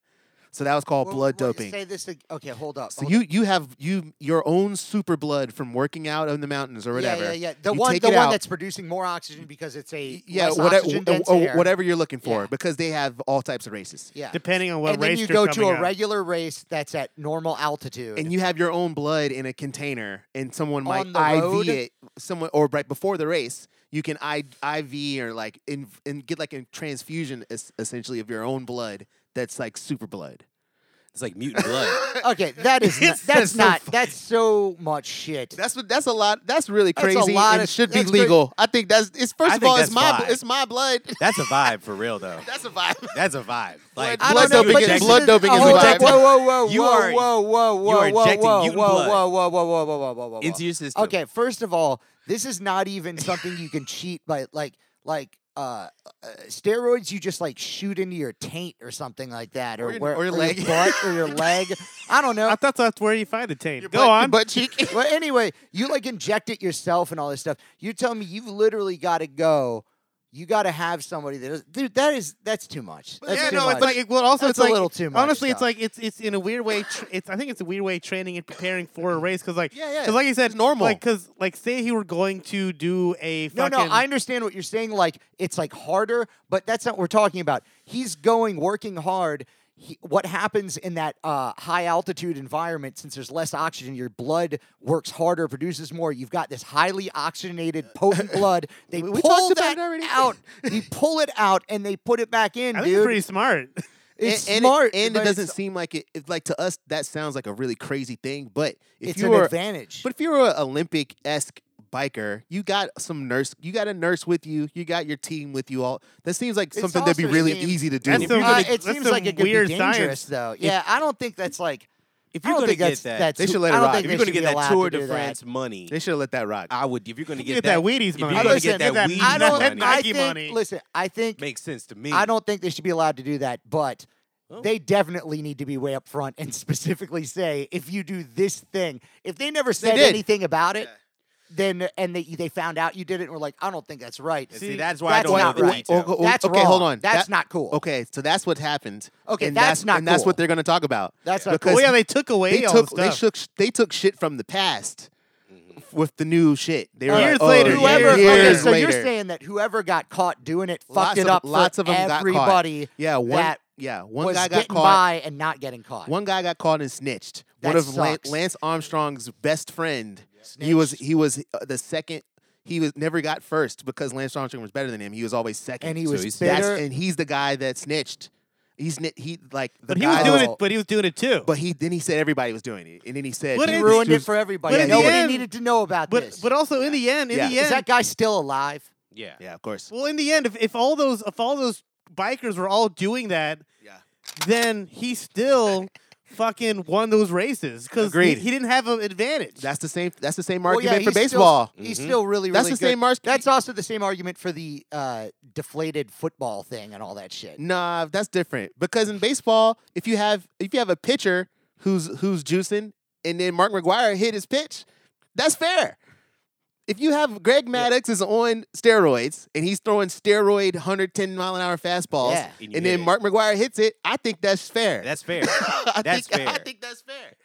So that was called Well, blood wait, doping. Say this. ag- Okay, hold up. so hold you up. you have you your own super blood from working out in the mountains or whatever. Yeah, yeah, yeah. The You one, take the it one out. that's producing more oxygen because it's a yeah, less whatever oxygen or- dense or air. oh, whatever you're looking for Yeah. because they have all types of races. Yeah. Depending on what and then race you you're go to coming a at. regular race that's at normal altitude. And you have your own blood in a container, and someone might On the IV road? it. Someone or right before the race, you can I, IV or like in, and get like a transfusion es- essentially of your own blood. That's like super blood. It's like mutant blood. okay, that is not, It's that's so not fu- that's so much shit. That's what. That's a lot. That's really That's a crazy. lot and of- should be that's cra- legal. I think that's. It's first I of think all, it's that's my. fine. Bl- it's my blood. That's a vibe for real though. That's a vibe. That's a vibe. Like I Blood don't know, doping but is- this blood doping oh, is hold a up, vibe. Whoa, whoa, whoa, You whoa, are- whoa, whoa, whoa, you are whoa, injecting whoa, mutant whoa, blood whoa, whoa, whoa, whoa, whoa, whoa, whoa, whoa. into your system. Okay, first of all, this is not even something you can cheat by, like, like uh, uh steroids. You just like shoot into your taint or something like that, or your- where, or your leg. butt, or your leg. I don't know. I thought that's where you find the taint. Butt- Go on. Butt cheek. well, anyway, you like inject it yourself and all this stuff. You're telling me you've literally got to go. You got to have somebody that is, dude. That is that's too much. That's yeah, too no, much. it's like it- well, also That's it's a like, little too much Honestly, it's stuff. like it's it's in a weird way. Tr- it's I think it's a weird way training and preparing for a race because like Yeah, yeah, because like you said, it's normal. Like because like say he were going to do a no, fucking, no, I understand what you're saying. Like it's like harder, but that's not what we're talking about. He's going, working hard. He, what happens in that uh, high altitude environment? Since there's less oxygen, your blood works harder, produces more. You've got this highly oxygenated, potent blood. They We- we pull talked about that it already. out. you pull it out, and they put it back in, I think it's dude. pretty smart. It's and, and it- smart, and it, but it's- doesn't seem like it, it. Like to us, that sounds like a really crazy thing. But if it's you an were, advantage. but if you were an Olympic esque biker, you got some nurse. You got a nurse with you. You got your team with you all. That seems like It's something that'd be also really seems- easy to do. That's the- Uh, gonna- it that's seems some like it could weird be dangerous, science. though. Yeah, I don't think that's like. if I you're don't going to think get that's, that, that's They should let it I don't rock. think if they you're going to should get be that allowed Tour to de do that. France money, they should have let that rock. I would. If you're going to Get get that that Wheaties if you're money. gonna Listen, get that get that Wheaties I don't. money, I Nike think. money. Listen, I think. makes sense to me. I don't think they should be allowed to do that, but Oh. they definitely need to be way up front and specifically say if you do this thing. If they never said did. anything about it, then and they they found out you did it and were like, I don't think that's right. See, that's why I that's don't know not the right. details. Oh, That's okay, wrong. hold on. That's That- not cool. Okay, so that's what happened. Okay, and that's not and that's cool. what they're going to talk about. That's not because Oh yeah, they took away they all took the they stuff. took sh- they took shit from the past with the new shit. They were Years like, oh, later, years, Whoever, okay, so later. you're saying that whoever got caught doing it fucked lots it of, up Lots for of them everybody got caught. Yeah, one that yeah one was guy got getting caught. by and not getting caught. One guy got caught and snitched. That one of Lan- sucks. Lance Armstrong's best friend. He was he was uh, the second. He was never got first because Lance Armstrong was better than him. He was always second. and he was he's- That's- bitter. and he's the guy that snitched. He's sni- he like the but he guy was doing that- it. But he was doing it too. But he then he said everybody was doing it, and then he said What He is- ruined he it was- for everybody. but in the Nobody end- needed to know about but this. but also in the end, in Yeah. the Is end, that guy still alive? Yeah. Yeah, of course. Well, in the end, if, if all those if all those bikers were all doing that, Yeah. then he still fucking won those races because he, Agreed. he didn't have an advantage. That's the same. That's the same Well, argument yeah, for he's still- baseball. Mm-hmm. he's still really, really That's the good. same mar- That's also the same argument for the uh, deflated football thing and all that shit. Nah, that's different because in baseball, if you have if you have a pitcher who's who's juicing, and then Mark McGuire hit his pitch, that's fair. If you have Greg Maddox is on steroids and he's throwing steroid 110 mile an hour fastballs, Yeah. And and, you hit then it. Mark McGuire hits it, I think that's fair. That's fair. I That's think, I fair. think that's fair.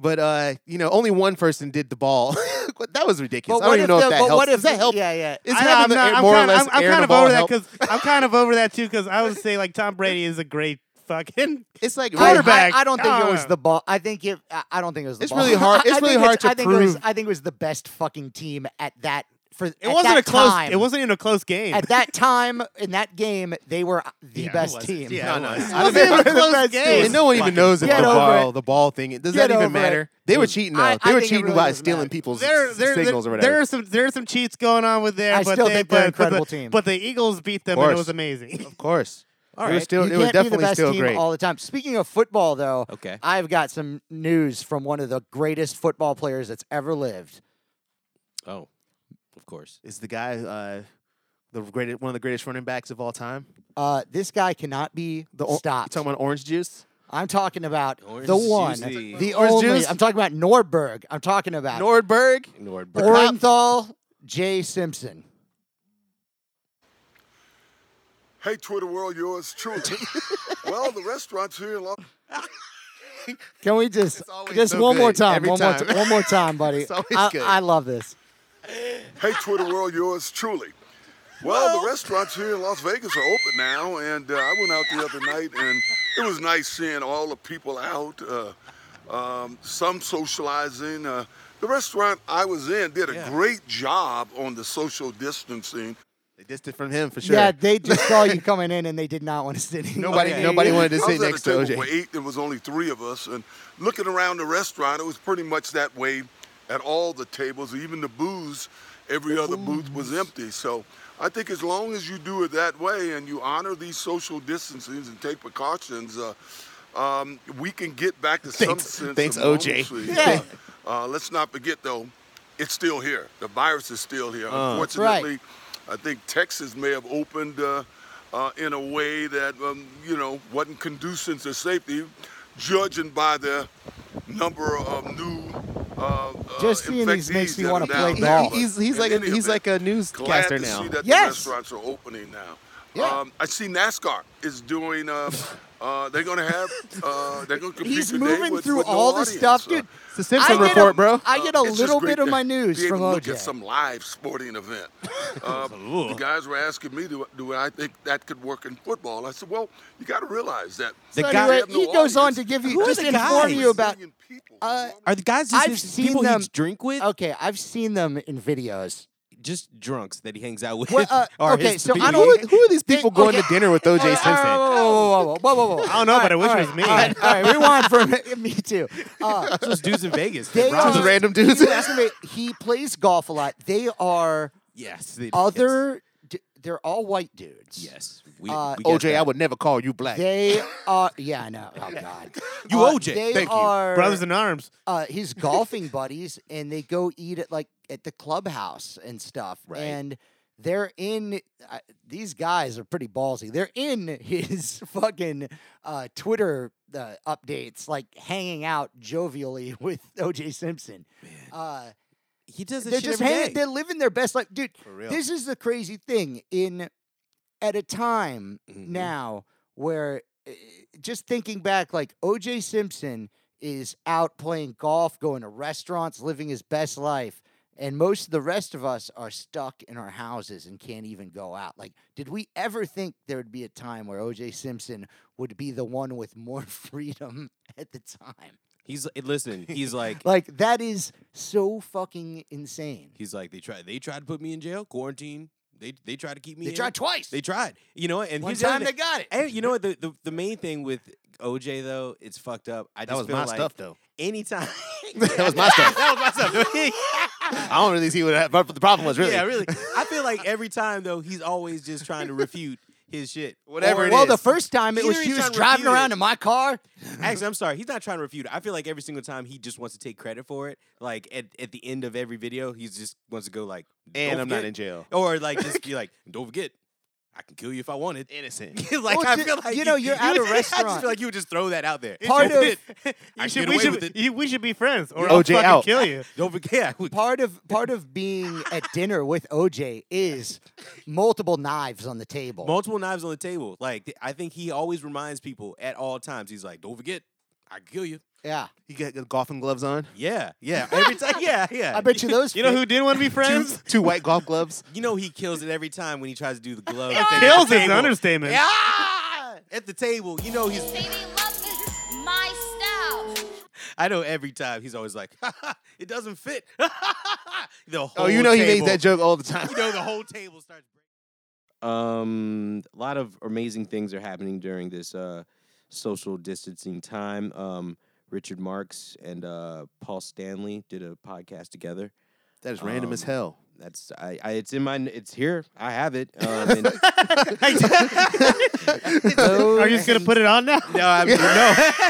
But uh, you know, only one person did the ball. that was ridiculous. But I don't what even if know the- if that but helps. what if Does that the- help? Yeah, yeah. Is I- having I'm, a- not, more I'm or less kind, I'm, air kind the of ball over that help? because I'm kind of over that too because I would say like Tom Brady is a great fucking. It's like I- really- Quarterback. I, I don't think it Ah. was the ball. I think it. I I don't think it was. The It's ball. really hard- I- it's I really think hard to I think it was- prove. I think it was the best fucking team at that. For It wasn't a close. It wasn't even a close game. at that time in that game. They were uh, the Yeah, it best wasn't. team. Yeah, it I wasn't don't even a know. close That's game. stupid. And no one even knows if Get the over ball, it. the ball thing. Does Get that even over it. matter? They were cheating though. I- I they were think it cheating really by doesn't matter. stealing people's there, s- there, signals or there, whatever. there are some there are some cheats going on with there. I but still they, think but, they're an but the- incredible team. But the Eagles beat them, and it Course. was amazing. of course. All right. It was still. you it was can't be the definitely best still team great. all the time. Speaking of football, though, Okay. I've got some news from one of the greatest football players that's ever lived. Oh, of course. Is the guy uh, the greatest? One of the greatest running backs of all time. Uh, this guy cannot be The or- you stopped. talking about orange juice? I'm talking about Orange the one, juicy. the Orange only. juice? I'm talking about Norberg. I'm talking about Nordberg. Nordberg. Orenthal J. Simpson. Hey, Twitter world, yours truly. well, the restaurants here in Los Can we just always just so one more good, time, every one more, time. t- one more time, buddy? It's always I, good. I love this. Hey, Twitter world, yours truly. Well, the restaurants here in Las Vegas are open now, and uh, I went out the other night, and it was nice seeing all the people out. Uh, um, some socializing. Uh, the restaurant I was in did a great job on the social distancing. They dissed it from him for sure. Yeah, they just saw you coming in and they did not want to sit. anymore. Nobody, nobody wanted to I sit was at next a to table OJ. with eight. There was only three of us, and looking around the restaurant, it was pretty much that way at all the tables. Even the booths, every other booth was empty. So I think as long as you do it that way and you honor these social distances and take precautions, uh, um, we can get back to some Thanks- sense thanks, of OJ. normalcy. Yeah. Uh, let's not forget though, it's still here. The virus is still here. Uh. That's right. Unfortunately, I think Texas may have opened uh, uh, in a way that um, you know wasn't conducive to safety, judging by the number of new. Uh, Just uh, seeing these makes infectees me that wanna are now play He- ball. out. No. he's he's In like a, any he's event, like a Glad newscaster to now. see that Yes. the restaurants are opening now. Yeah. Um, I see NASCAR is doing. Uh, uh, they're gonna have. Uh, they're gonna compete He's today moving with- through with no all the audience. stuff, Uh, dude. It's the Simpson I get report, a, bro. I get a it's just little great bit of to my news be able from to Look OJ. at some live sporting event. Uh, the guys were asking me, do, do I think that could work in football? I said, well, you got to realize that The So guy- anyway, have no he goes on audience. to give you Who are just the inform guys? you about. Million people. uh, Are the guys just I've his- seen people them- he drink with? Okay, I've seen them in videos. just drunks that he hangs out with. Well, uh, are okay, his so three. I Who are, don't. who are these They- people going okay. to dinner with OJ All right, all right, Simpson? whoa, whoa, whoa, whoa, whoa, whoa, whoa. I don't know, but I wish it was me. All right, all right, rewind for a minute. Me too. Uh, Those dudes in Vegas. that they rob are, us. random dudes. you asked me, he plays golf a lot. They are yes. they- other. d- They're all white dudes. Yes. yes. We, Uh, we get OJ, I that. would never call you black. They are. Yeah, I know. Oh God. You uh, OJ. They Thank you. are Brothers in arms. uh, his golfing buddies, and they go eat at like at the clubhouse and stuff. Right. And they're in. Uh, these guys are pretty ballsy. They're in his fucking uh, Twitter uh, updates, like hanging out jovially with OJ Simpson. Uh, he does this they're shit just every hanging, day. they're living their best life, dude. real. This is the crazy thing in at a time Mm-hmm. now where eh, just thinking back, like O.J. Simpson is out playing golf, going to restaurants, living his best life. And most of the rest of us are stuck in our houses and can't even go out. Like, did we ever think there would be a time where OJ Simpson would be the one with more freedom at the time? He's listen. He's like Like, that is so fucking insane. he's like they tried. They tried to put me in jail, quarantine. They they tried to keep me. They in. tried twice. They tried. You know, and One here's the other time they thing- got it. And you know what? The, the the main thing with OJ though, it's fucked up. I That just was feel my like stuff, though. Anytime. that was my stuff. that was my stuff. I don't really see what that- what the problem was. Really, Yeah, really. I feel like every time though, he's always just trying to refute his shit. Whatever Or- it well, the is. first time it Either was he's she was trying to driving refute around it. in my car. Actually, I'm sorry. He's not trying to refute it. I feel like every single time he just wants to take credit for it. Like at, at the end of every video, he just wants to go like, and "Don't I'm not forget." in jail. or like just be like, "Don't forget, I can kill you if I wanted." Innocent. like Well, I ju- feel like you know, you're at a I just restaurant. feel like you would just throw that out there. Part Don't of- forget, I Oh, You should get should, we, away with it. should, you, we should be friends, or I'll OJ fucking out. kill you. Don't forget. I would- Part of part of being at dinner with OJ is multiple knives on the table. multiple knives on the table. Like th- I think he always reminds people at all times. He's like, "Don't forget, I can kill you." yeah, You got the golfing gloves on. Yeah, yeah. Every time. Yeah, yeah. I bet you those. You know fit- who didn't want to be friends? Two white golf gloves. You know he kills it every time when he tries to do the glove. thing. Kills is an understatement. Ah! At the table, you know he's. Baby, love is my style. I know every time he's always like, "It doesn't fit." the whole Oh, you know he makes table- that joke all the time. You know the whole table starts. breaking. Um, a lot of amazing things are happening during this uh, social distancing time. Um, Richard Marks and uh, Paul Stanley did a podcast together. That is random as Um, hell. That's I, I. It's in my. It's here. I have it. Um, and- Are you just gonna put it on now? no, I'm, no.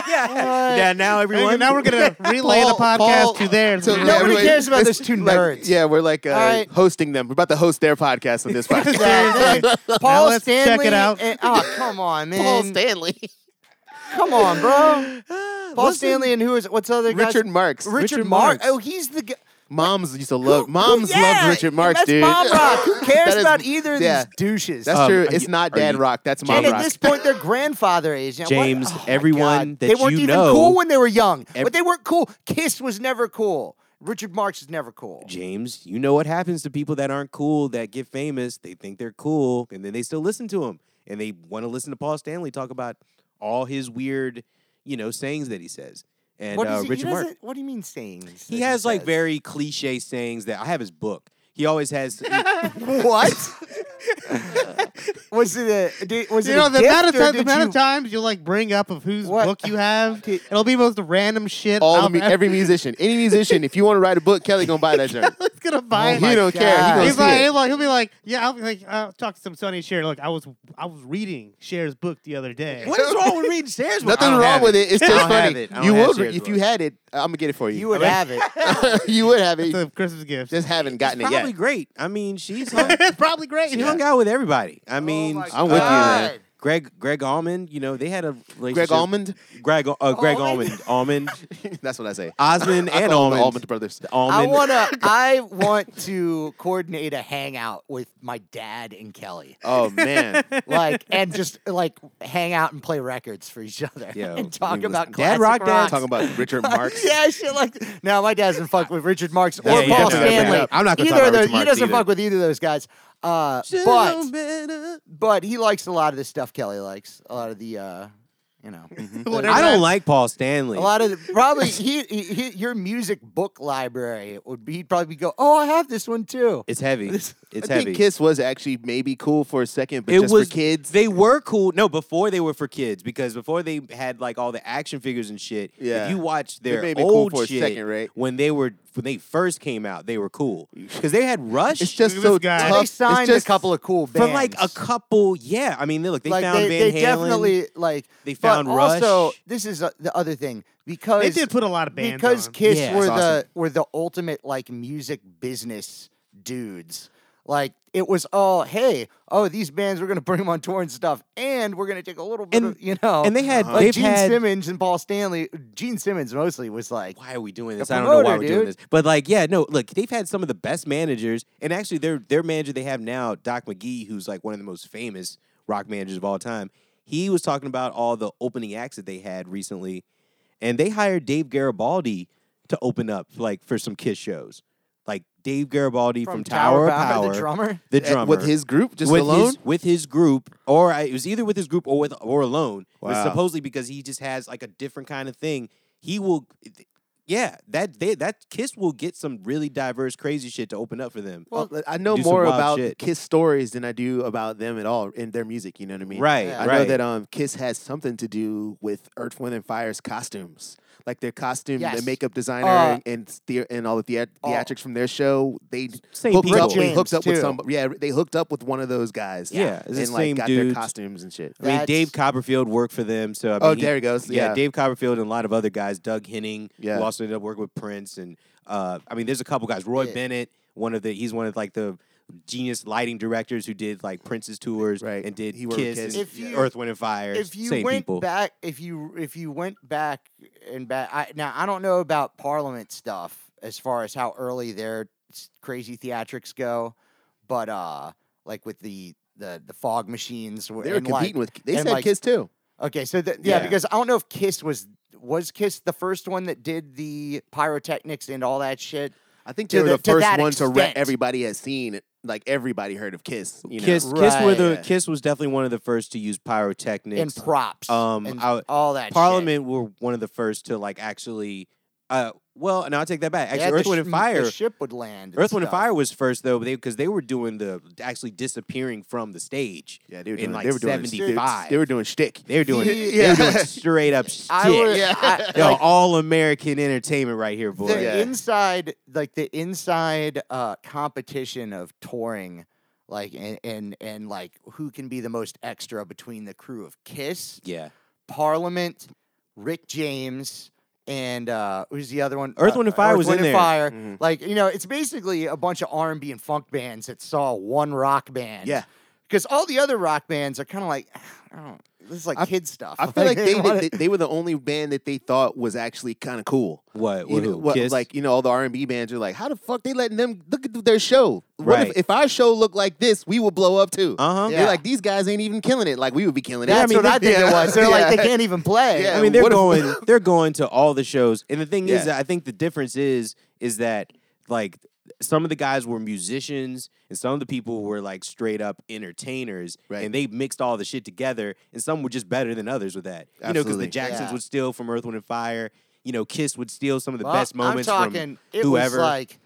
yeah. yeah. Now everyone. now we're gonna relay the Paul- podcast Paul- to theirs. So, yeah, Nobody everybody- cares about it's those two like- nerds. yeah, we're like uh, right. hosting them. We're about to host their podcast on this podcast. Exactly. Now Paul let's check it Stanley. out. and- oh, come on, man. Stanley, Come on, bro. Paul Stanley and who is what's the other guy? Richard Marks. Richard, Richard Mark. Marks. Oh, he's the guy. moms used to love. Who- Moms who- yeah, loved Richard Marks, that's dude. Mom Rock. Who cares That is- about either of yeah. these douches? That's Um, true. are It's you- not are Dad you- Rock. That's Mom and at Rock. this point, their grandfather age. Now, what- James, oh my everyone God. that they weren't you even know- cool when they were young, Ev- but they weren't cool. Kiss was never cool. Richard Marx was never cool. James, you know what happens to people that aren't cool that get famous. They think they're cool, and then they still listen to him, and they want to listen to Paul Stanley talk about all his weird, you know, sayings that he says. And What, uh, does he, he Richard Mark, doesn't- what do you mean sayings? that he has like says? very cliche sayings that I have his book. He always has. he- what? was it a did, was You it know a the gift amount of or ti- the did amount you, of times you'll like bring up of whose What? book you have. It'll be most random shit. All I'll the mu- ever- every musician, any musician, if you want to write a book, Kelly gonna buy that joke. He's gonna buy he it. don't care. He God. gonna He's see like, it. he'll like- he'll be like, yeah, I'll be like, I'll talk to some Sonny Cher. Look, I was, I was reading Cher's book the other day. what is wrong with reading Cher's book? I Nothing don't wrong have with it. It's I just don't have funny. it. I don't You have would Cher's if book. you had it. I'm gonna get it for you. you would have it. you would have It's it. a Christmas gift. Just haven't gotten it Probably yet. great. I mean, she's hung, it's probably great. she Yeah. hung out with everybody. I mean, I'm with you, man. Oh God. Greg Greg Almond. You know, they had a relationship. Greg Almond. Greg uh, Greg Almond? Almond Almond That's what I say. Osmond I and call Almond. them the Almond brothers. I Almond. wanna I want to coordinate a hangout with my dad and Kelly. Oh man. like and just like hang out and play records for each other Yo, and talk we was- about Dad classic Rock Dad rocks. Talking about Richard Marx. yeah, shit like no, my dad doesn't fuck with Richard Marx or Yeah, yeah, Paul no, no, Stanley. no. I'm not gonna either talk of about those, Richard he Marx doesn't either. fuck with either of those guys. Uh, but but he likes a lot of the stuff Kelly likes. A lot of the uh, you know, Mm-hmm. Whatever I don't that- like Paul Stanley. a lot of the, probably he, he, he your music book library would be he'd probably go, oh, I have this one too. It's heavy. It's I heavy. think Kiss was actually maybe cool for a second, but it just was for kids. They were cool. No, before they were for kids because before they had like all the action figures and shit. Yeah. If you watched They their made me cool old for a shit second, right? when they were when they first came out, they were cool because they had Rush. It's just Look at so this guy. They tough. signed it's just a couple of cool for bands like a couple. Yeah, I mean, they look. They like found they, Van they Halen. definitely like They but found Also, Rush. this is uh, the other thing because They did put a lot of bands because on. Kiss Yeah. were That's the were the ultimate like music business dudes. Like it was all, hey, oh, these bands we're gonna bring them on tour and stuff, and we're gonna take a little bit And- of, you know, and they had- Uh-huh. like they've Gene had- Simmons and Paul Stanley. Gene Simmons mostly was like, why are we doing The this? I don't know why promoter, we're doing dude. this. But like, yeah, no, look, they've had some of the best managers, and actually, their their manager they have now, Doc McGee, who's like one of the most famous rock managers of all time. He was talking about all the opening acts that they had recently, and they hired Dave Garibaldi to open up like for some Kiss shows, like Dave Garibaldi from, Tower, of Power, the drummer. the Eh, drummer with his group just with alone. his, with his group, or I, it was either with his group or with or alone. It was Wow. supposedly because he just has like a different kind of thing. He will, yeah, that they, that Kiss will get some really diverse, crazy shit to open up for them. Well, I know do some more wild about shit. Kiss stories than I do about them at all in their music. You know what I mean? Right, I know right. that um, Kiss has something to do with Earth, Wind, and Fire's costumes. Like their costume, Yes. their makeup designer, Uh, and thea- and all the thea- Oh. theatrics from their show, they Same hooked people. up. They James, hooked up with too. some. Yeah, they hooked up with one of those guys. Yeah, it's and the like same got their dudes. costumes and shit. I mean, That's- Dave Copperfield worked for them, so I mean, Oh, he- there he goes. yeah, Yeah, Dave Copperfield and a lot of other guys, Doug Henning, Yeah. who also ended up working with Prince, and uh, I mean, there's a couple guys, Roy Yeah. Bennett, one of the he's one of like the genius lighting directors who did like Prince's tours Right. and did He worked with Kiss, and Kiss. If you- Earth, Wind and Fire. If you same went people. back, if you if you went back and back, I, now I don't know about Parliament stuff as far as how early their s- crazy theatrics go, but uh, like with the the the fog machines, were- they were and, like- competing with. They and, said like, Kiss too. Okay, so th- yeah, Yeah. because I don't know if Kiss was was Kiss the first one that did the pyrotechnics and all that shit. I think to they were the, the- to first that one to rep extent. everybody had seen. it. Like everybody heard of Kiss. You know? Kiss, Kiss were Right. the Yeah. Kiss was definitely one of the first to use and pyrotechnics. props, Um, and I- all that. shit. Parliament were one of the first to like actually. Uh, well, no, I'll take that back. They Actually, had the Earth, Wind, sh- and Fire. The ship would land. Earth, Wind, and stuff. Fire was first though, because they, were doing the actually disappearing from the stage. Yeah, they were in, doing. like, they were doing. they were- 75. They were doing shtick. They were doing Yeah. they were doing straight up shit. I would, I- Yo, like, all American entertainment right here, boy. the Yeah. inside, like the inside uh, competition of touring, like and, and and like who can be the most extra between the crew of Kiss, Yeah. Parliament, Rick James, and uh, who's the other one? Earth, Uh, Wind, and Fire Earth, was Wind, in and there. Fire. Mm-hmm. Like you know, it's basically a bunch of R and B and funk bands that saw one rock band. Yeah. because all the other rock bands are kind of like, I don't. know, This is like I- kid stuff. I feel like they, wanna- did, they they were the only band that they thought was actually kind of cool. What? You know, who? what- Kiss? like you know, all the R and B bands are like, how the fuck they letting them look at their show? What Right. if, if our show looked like this, we would blow up too. Uh-huh. They're Yeah. like, these guys ain't even killing it. Like we would be killing it. That's what I think it was. They're like Yeah. they can't even play. Yeah. I mean, they're what if- going. they're going to all the shows, and the thing is, Yeah. I think the difference is, is that like some of the guys were musicians, and some of the people were like straight up entertainers, Right. and they mixed all the shit together. And some were just better than others with that, you know, because the Absolutely. Jacksons Yeah. would steal from Earth, Wind, and Fire. You know, Kiss would steal some of the Well, best moments I'm talking, from it whoever. was like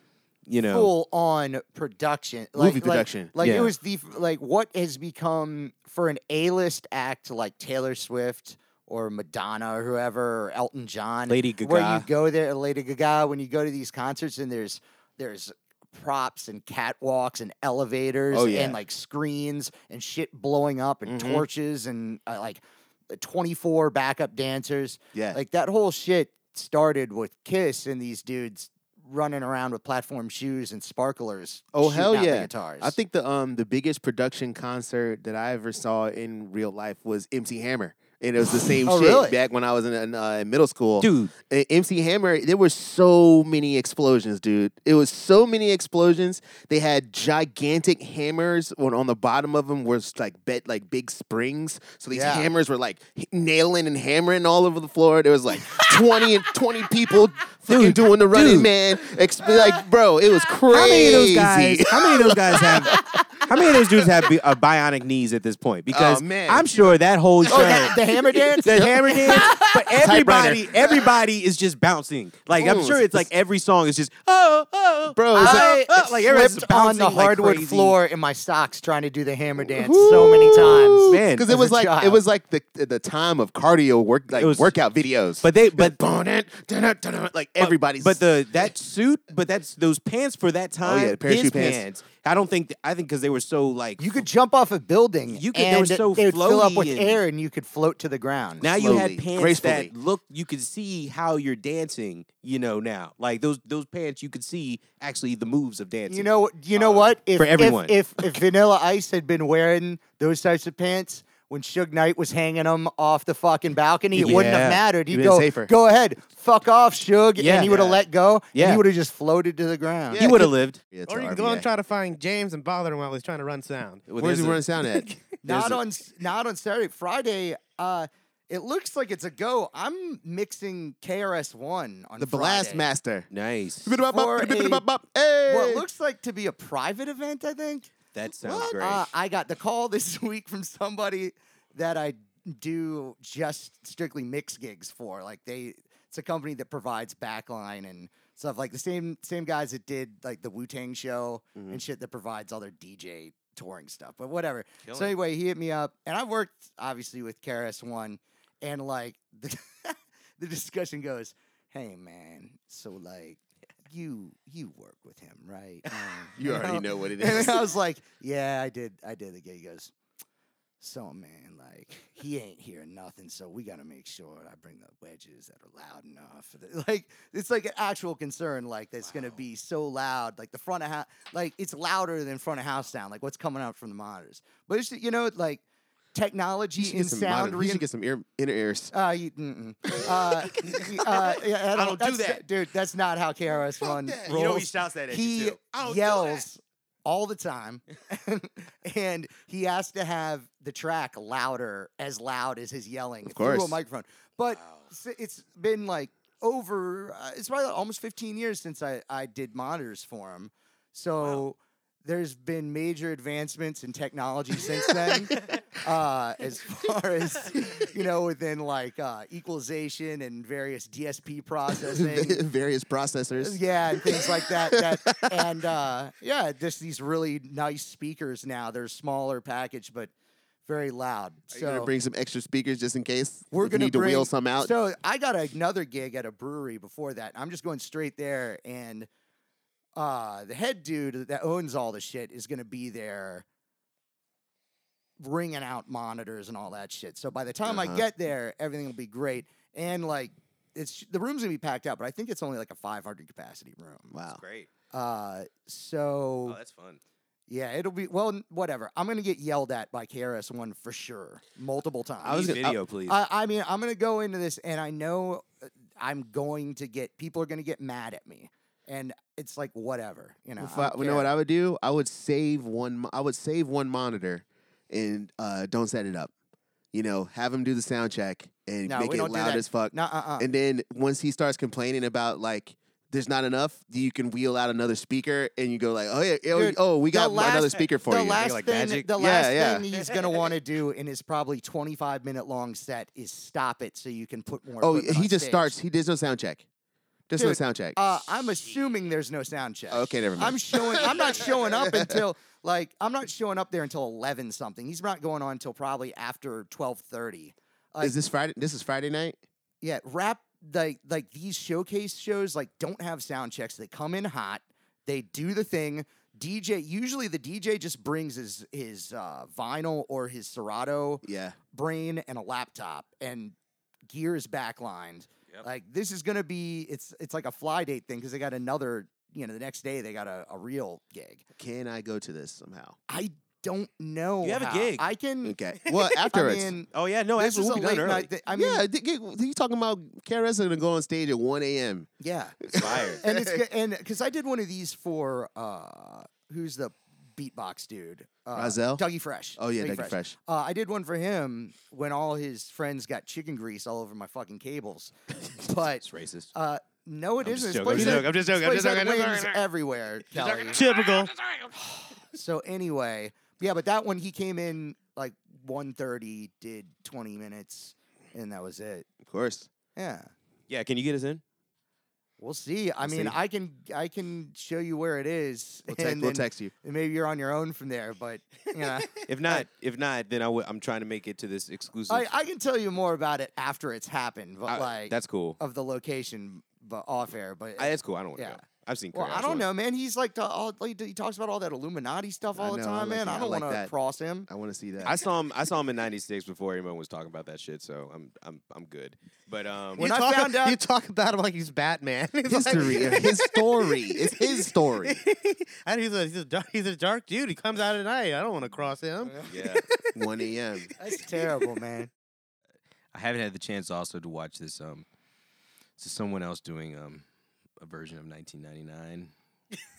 you know, full on production, Movie like, like- production. Like, Yeah. it was the like what has become for an A list act like Taylor Swift or Madonna or whoever or Elton John, Lady where you Gaga. go there, Lady Gaga, when you go to these concerts and there's there's props and catwalks and elevators Oh, yeah. and like screens and shit blowing up and Mm-hmm. torches and uh, like 24 backup dancers Yeah. like that whole shit started with Kiss and these dudes running around with platform shoes and sparklers. Oh shooting hell out the yeah! guitars. I think the um the biggest production concert that I ever saw in real life was MC Hammer, and it was the same Oh, shit really? back when I was in, in, uh, in middle school. dude. Uh, MC Hammer, there were so many explosions, dude. It was so many explosions. They had gigantic hammers on, on the bottom of them was like bet like big springs. So these Yeah. hammers were like h- nailing and hammering all over the floor. There was like 20 and 20 people freaking doing the running dude. man. Exp- like, bro, it was crazy. How many of those guys? How many of those guys have? How many of those dudes have bi- uh, bionic knees at this point? Because man. I'm sure that whole show, Oh, that- the hammer dance? the hammer dance, but everybody, everybody is just bouncing. Like I'm Ooh, sure it's like every song is just oh oh, Bro, it's I oh, oh, like everyone's slipped on the bouncing like hardwood crazy. floor in my socks trying to do the hammer dance so many times. man. because as it a was like it child. was like the the time of cardio work like It was- workout videos. But they, but like everybody's But the that suit, but that's those pants for that time. Oh, yeah, the his parachute pants. I don't think I think because they were so like You could jump off a building. You could- they And were so they would fill up with floaty and- air, and you could float to the ground. Now you had slowly, pants gracefully. that look you could see how you're dancing, you know, now. Like those those pants you could see actually the moves of dancing. You know, you know what? If, for everyone. if, if if Vanilla Ice had been wearing those types of pants when Suge Knight was hanging them off the fucking balcony, it wouldn't Yeah. have mattered. He'd been go, safer. go ahead, fuck off, Suge, Yeah. and he would have let go. and Yeah. he would have just floated to the ground. you would have lived. Yeah, Or you can go and try to find James and bother him while he's trying to run sound. Where's he running sound at? Not on s- not on Saturday, Friday. Uh, it looks like it's a go. I'm mixing KRS One on The Blast Friday. Master. Nice. For a- What Hey! looks like to be a private event, I think. That sounds What? great. Uh, I got the call this week from somebody that I do just strictly mix gigs for. Like they, it's a company that provides backline and stuff. Like the same same guys that did like the Wu Tang show Mm-hmm. and shit that provides all their DJ touring stuff. But whatever. so anyway, he hit me up, and I worked obviously with KRS One, and like the, the discussion goes, "Hey man, so like." You you work with him, right? Um, You and already I'll- know what it and is. then I was like, "Yeah, I did. I did the gig." He goes, "So man, like he ain't hearing nothing. So we gotta make sure I bring the wedges that are loud enough. that- Like it's like an actual concern. Like that's gonna be so loud. Like the front of house. Like it's louder than front of house sound. Like what's coming out from the monitors. But it's you know like You technology should get and some sound. modern- you rein- should get some ear, inner ears. uh, you, mm-mm. uh, y- uh, yeah, I don't, do that, dude. That's not how KRS One rolls. You know he shouts that at you, He too. yells all the time, and he has to have the track louder, as loud as his yelling through a course. microphone. But s- it's been like over. Uh, it's probably almost 15 years since I I did monitors for him. So. There's been major advancements in technology since then, uh, as far as you know, within like uh, equalization and various DSP processing. Various processors. Yeah, and things like that. that and uh, yeah, just these really nice speakers now. They're smaller package, but very loud. Are you so gonna bring some extra speakers just in case. we're if you gonna need bring, to wheel some out. So I got another gig at a brewery before that. I'm just going straight there, and uh, the head dude that owns all the shit is going to be there, ringing out monitors and all that shit. So by the time I Uh-huh. get there, everything will be great, and like. It's the room's gonna be packed out, but I think it's only like a 500 capacity room. wow. great. Oh, Uh, so that's fun. yeah, it'll be well, n- whatever. I'm gonna get yelled at by KRS One for sure, multiple times. I was video, please. I, I mean, I'm gonna go into this, and I know uh, I'm going to get people are gonna get mad at me, and it's like whatever, you know. If I I- don't you know what care. I would do? I would save one. mo- I would save one monitor, and uh, don't set it up. You know, have him do the sound check and No, make we it don't do loud that. as fuck. Nah, uh, uh. And then once he starts complaining about like there's not enough, you can wheel out another speaker and you go like, oh yeah, oh, Dude, oh, we the got last- another speaker for the you. Last like thing, magic? The Yeah, last yeah. thing he's gonna want to do in his probably 25 minute long set is stop it so you can put more. oh, equipment he on just stage. starts. He there's no sound check. There's no Dude, sound check. Uh, I'm assuming there's no sound check. Okay, never mind. I'm showing. I'm not showing up until like I'm not showing up there until eleven something. He's not going on until probably after twelve thirty. Like, is this Friday? This is Friday night. yeah, rap like like these showcase shows like don't have sound checks. They come in hot. They do the thing. DJ usually the DJ just brings his his uh, vinyl or his Serato Yeah. brain and a laptop and gear is backlined. Like this is gonna be it's it's like a fly date thing because they got another you know the next day they got a, a real gig. Can I go to this somehow? I don't know. You have a how. gig. I can. Okay. Well, afterwards. Mm. I mean, Oh yeah, no, this actually is we'll a be done late early. night. thi- I mean, yeah, you talking about KRS is gonna go on stage at 1 a.m. yeah. Fire. and it's good. And because I did one of these for uh, who's the beatbox dude? Uh, Rozelle? Dougie Fresh. Oh yeah, Dougie Fresh. Uh, I did one for him when all his friends got chicken grease all over my fucking cables. But It's racist. uh, no, it I'm just isn't. This joking, I'm place just had- joking, I'm just this joking, I'm just place had joking, I'm just wings joking. everywhere, Kelly. Typical. So anyway, yeah, but that one he came in like 1.30, did twenty minutes, and that was it. Of course. Yeah. yeah, can you get us in? We'll see. I mean, see. I can I can show you where it is, We'll, text- and we'll then text you. maybe you're on your own from there. But you know, If not, if not, then I would. I'm trying to make it to this exclusive. I, I can tell you more about it after it's happened. But I- like that's cool. of the location, but off air. But I, that's cool. I don't want to yeah, go. I've seen. Well, Kurt I don't Russell. know, man. He's like the all, like, he talks about all that Illuminati stuff all know, the I time, like man. that. I don't I like want to that. cross him. I want to see that. I saw him. I saw him in '96 before anyone was talking about that shit. So I'm I'm I'm good. But um, When you I talk, found out- you talk about him like he's Batman. He's history, Like, his story. It's his story. and he's a he's a dark, he's a dark dude. He comes out at night. I don't want to cross him. yeah, 1 a.m. That's terrible, man. I haven't had the chance also to watch this. Um, this is someone else doing um a version of 1999.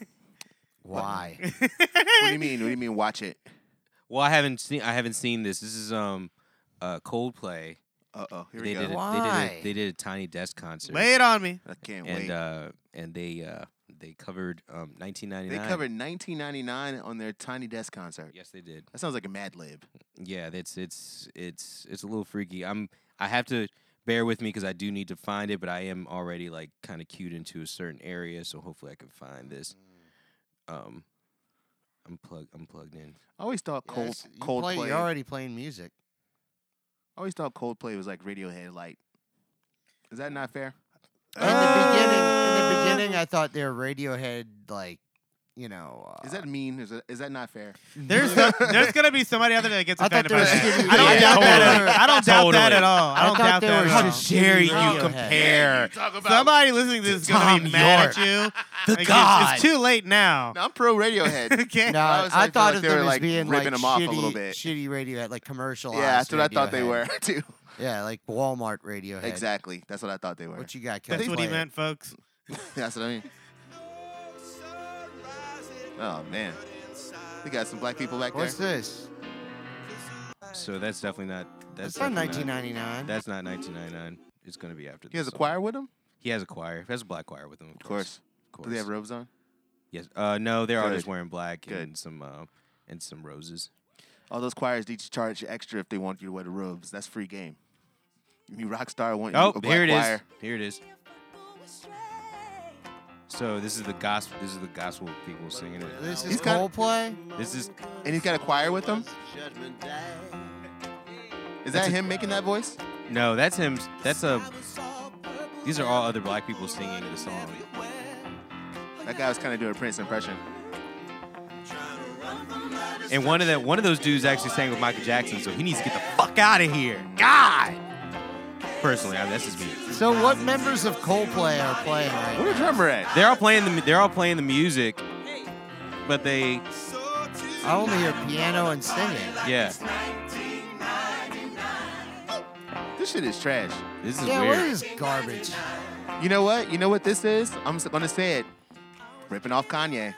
Why? What do you mean? What do you mean? Watch it. Well, I haven't seen. I haven't seen this. This is um, uh, Coldplay. Uh oh. Here They we did, a, they go. did Why? a they did a tiny desk concert. Lay it on me. I can't and wait. uh and they uh they covered um 1999. they covered 1999 on their Tiny Desk concert. Yes, they did. That sounds like a Mad Lib. Yeah, that's it's it's it's a little freaky. I'm I have to bear with me because I do need to find it, but I am already like kind of cued into a certain area, so hopefully I can find this. Mm. Um, I'm plugged. I'm plugged in. I always thought Cold Yes, you play- Coldplay. You're already playing music. I always thought Coldplay was like Radiohead light. Is that not fair? In the Ah. Ah. beginning, in the beginning, I thought they were Radiohead, like you know. Uh, Is that mean? Is that, is that not fair? There's there's gonna be somebody out there that gets I thought offended they by were that. Skid- I don't Yeah, doubt totally. that. I don't doubt that at all. I I don't thought doubt they that were at all. just dare you Radiohead. compare. Talk about Somebody listening to this is gonna Tom be mad York. at you. uh, Like, it's- God. It's too late now. No, I'm pro Radiohead. Okay. No, I I, was like- thought like of they them were, as like, being ripping like them off a shitty, little bit. shitty Radiohead, like commercialized. yeah, that's what I thought they Radiohead. were too. Yeah, like Walmart Radiohead. Exactly. That's what I thought they were. What you got, Kev? That's what he Play it. meant, folks. That's what I mean. Oh man, we got some black people back there. What's this? So that's definitely not. That's That's not definitely 1999. That's not 1999. It's gonna be after. He has this song. a choir with him. He has a choir. He has a black choir with him. Of course. course. Of course. Do they have robes on? yes. Uh, no, they're all just Good. wearing black Good. and some uh, and some roses. All those choirs need to charge you extra if they want you to wear the robes. That's free game. You rock star want Oh, you a black here it is. choir. Here it is. So this is the gospel. This is the gospel people singing it. This He's is got- Coldplay. This is And he's got a choir with him. Is that him making that voice? no. That's him. That's a. These are all other black people singing the song. That guy was kind of doing a Prince impression. And one of the one of those dudes actually sang with Michael Jackson, so he needs to get the fuck out of here. God. Personally, I, that's just me. So what members of Coldplay are playing right Where the drummer at? They're all playing the they're all playing the music, but they now? I only hear piano and singing. yeah. This shit is trash. This is Yeah, weird. what is garbage? You know what? You know what this is? I'm s- gonna say it. Ripping off Kanye,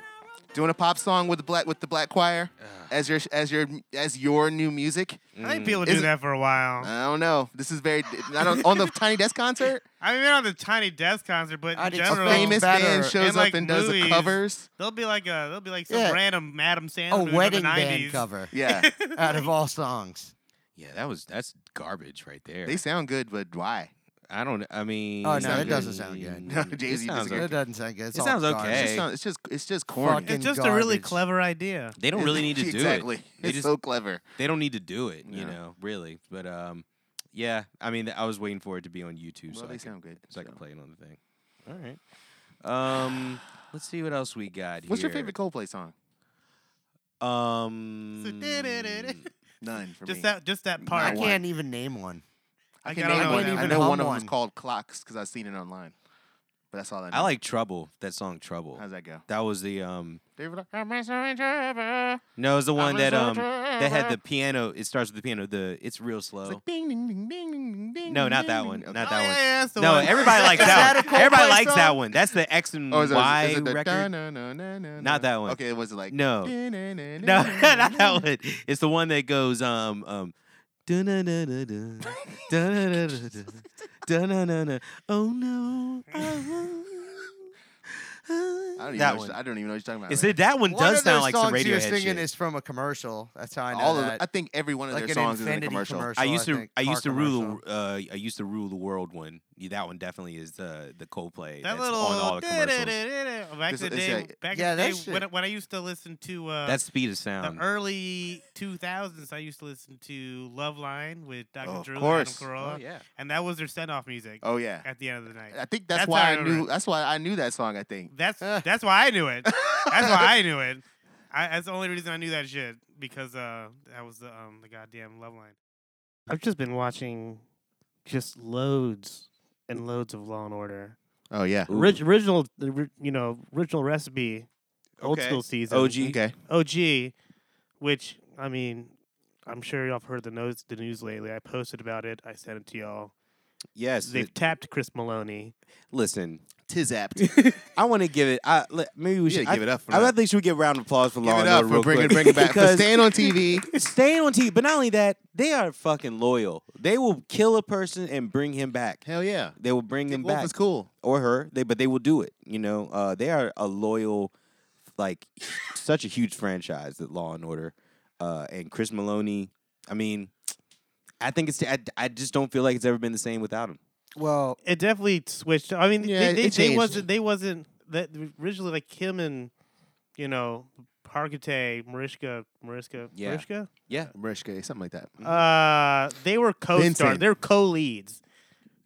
doing a pop song with the black with the black choir as your as your as your new music. I think people Is do it- Uh, that for a while. I don't know. This is very. I don't on the Tiny Desk concert. I mean, on the Tiny Desk concert, but I in did A general, Well, famous better. band shows And, up like, and does the movies. covers. they'll be like a they'll be like some Yeah. random Madam Sandler A movie from wedding the 90s. band cover Yeah, out of all songs. Yeah, that was that's garbage right there. they sound good, but why? I don't. I mean. Oh, no, it that doesn't sound good. No, Jay-Z sounds doesn't- okay. That doesn't sound good. It's It all sounds garbage. It's okay. just, sound- it's just it's just corny. Fucking It's just a really garbage. clever idea. They don't really need to do exactly. it. They It's just so clever. they don't need to do it. You Yeah. know, really. But um, yeah. I mean, I was waiting for it to be on YouTube so Well, they I could, sound good. so I could so. play it on the thing. All right. Um, let's see what else we got What's your here. favorite Coldplay song? Um, Mm, None for just me. that just that I part. one. can't even name one. I, can don't name know. one. I can't I even know hum one of them is one. called Clocks because I've seen it online. But that's all I know. I like Trouble. That song Trouble. How's that go? That was the um. They were like, I'm a survivor. No, it was the one a that um soldier. that had the piano. It starts with the piano. The it's real It's slow. like ding ding ding ding ding ding. No, not ding, that ding. one. Okay. Not Oh, that yeah, one. yeah, that's the No, one. everybody likes that. that a one. Everybody Coldplay likes that song? one. That's the X and Oh, is it, Y is it the record. No, no, no, no, Not that one. Okay, was it like No. No, No, not that one. It's the one that goes um um. dun-dun-dun-dun-dun, dun-dun-dun-dun-dun, dun-dun-dun-dun, Oh no! I don't That even know. What one. you- I don't even know what you're talking about. Is right it that one one does of those sound like some songs you're Radiohead singing shit. is from a commercial. That's how I now. know All of that. I think every one of like their an songs is in a Infinity commercial. I I used to think, I car used to rule the commercial. uh I used to rule the world one Yeah, that one definitely is the the Coldplay. That that's little on all the commercials. back in It's- the it's day, like- back Yeah, in the that day shit- when, I- when I used to listen to uh, That's speed of the sound. early 2000s, I used to listen to Love Line with Dr. Oh, of Drew course. and Adam Carolla, Oh, yeah. and that was their send-off music Oh yeah. at the end of the night. I think that's, That's how why I I knew. remember it. That's why I knew that song. I think. That's that's why I knew it. That's why I knew it. I, that's the only reason I knew that shit because uh, that was the um the goddamn love line. I've just been watching just loads and loads of Law and Order. Oh yeah. Orig- original, the ri- you know, original recipe, old Okay. school season. OG. Okay. OG, which I mean, I'm sure y'all have heard the news the news lately. I posted about it. I sent it to y'all. Yes. They've tapped Chris Maloney. listen, Tis apt. I want to give it. I li- maybe we You should gotta give it up for I, I that. think we should give a round of applause for Law Give it and up Order for real bringing, quick. bringing back for because staying on TV. staying on TV. But not only that, they are fucking loyal. They will kill a person and bring him back. Hell yeah. They will bring them Wolf back is cool. or her. They but they will do it. You know, uh, they are a loyal, like such a huge franchise that Law and Order, uh, and Chris Maloney. I mean, I think it's. I, I just don't feel like it's ever been the same without him. Well, It definitely switched. I mean, Yeah, they, it- they, it they changed. wasn't they wasn't that originally like him and you know Hargitay, Mariska, Mariska, Yeah. Mariska. Yeah, Mariska, something like that. Uh, they were co-stars. Vincent. They were co-leads.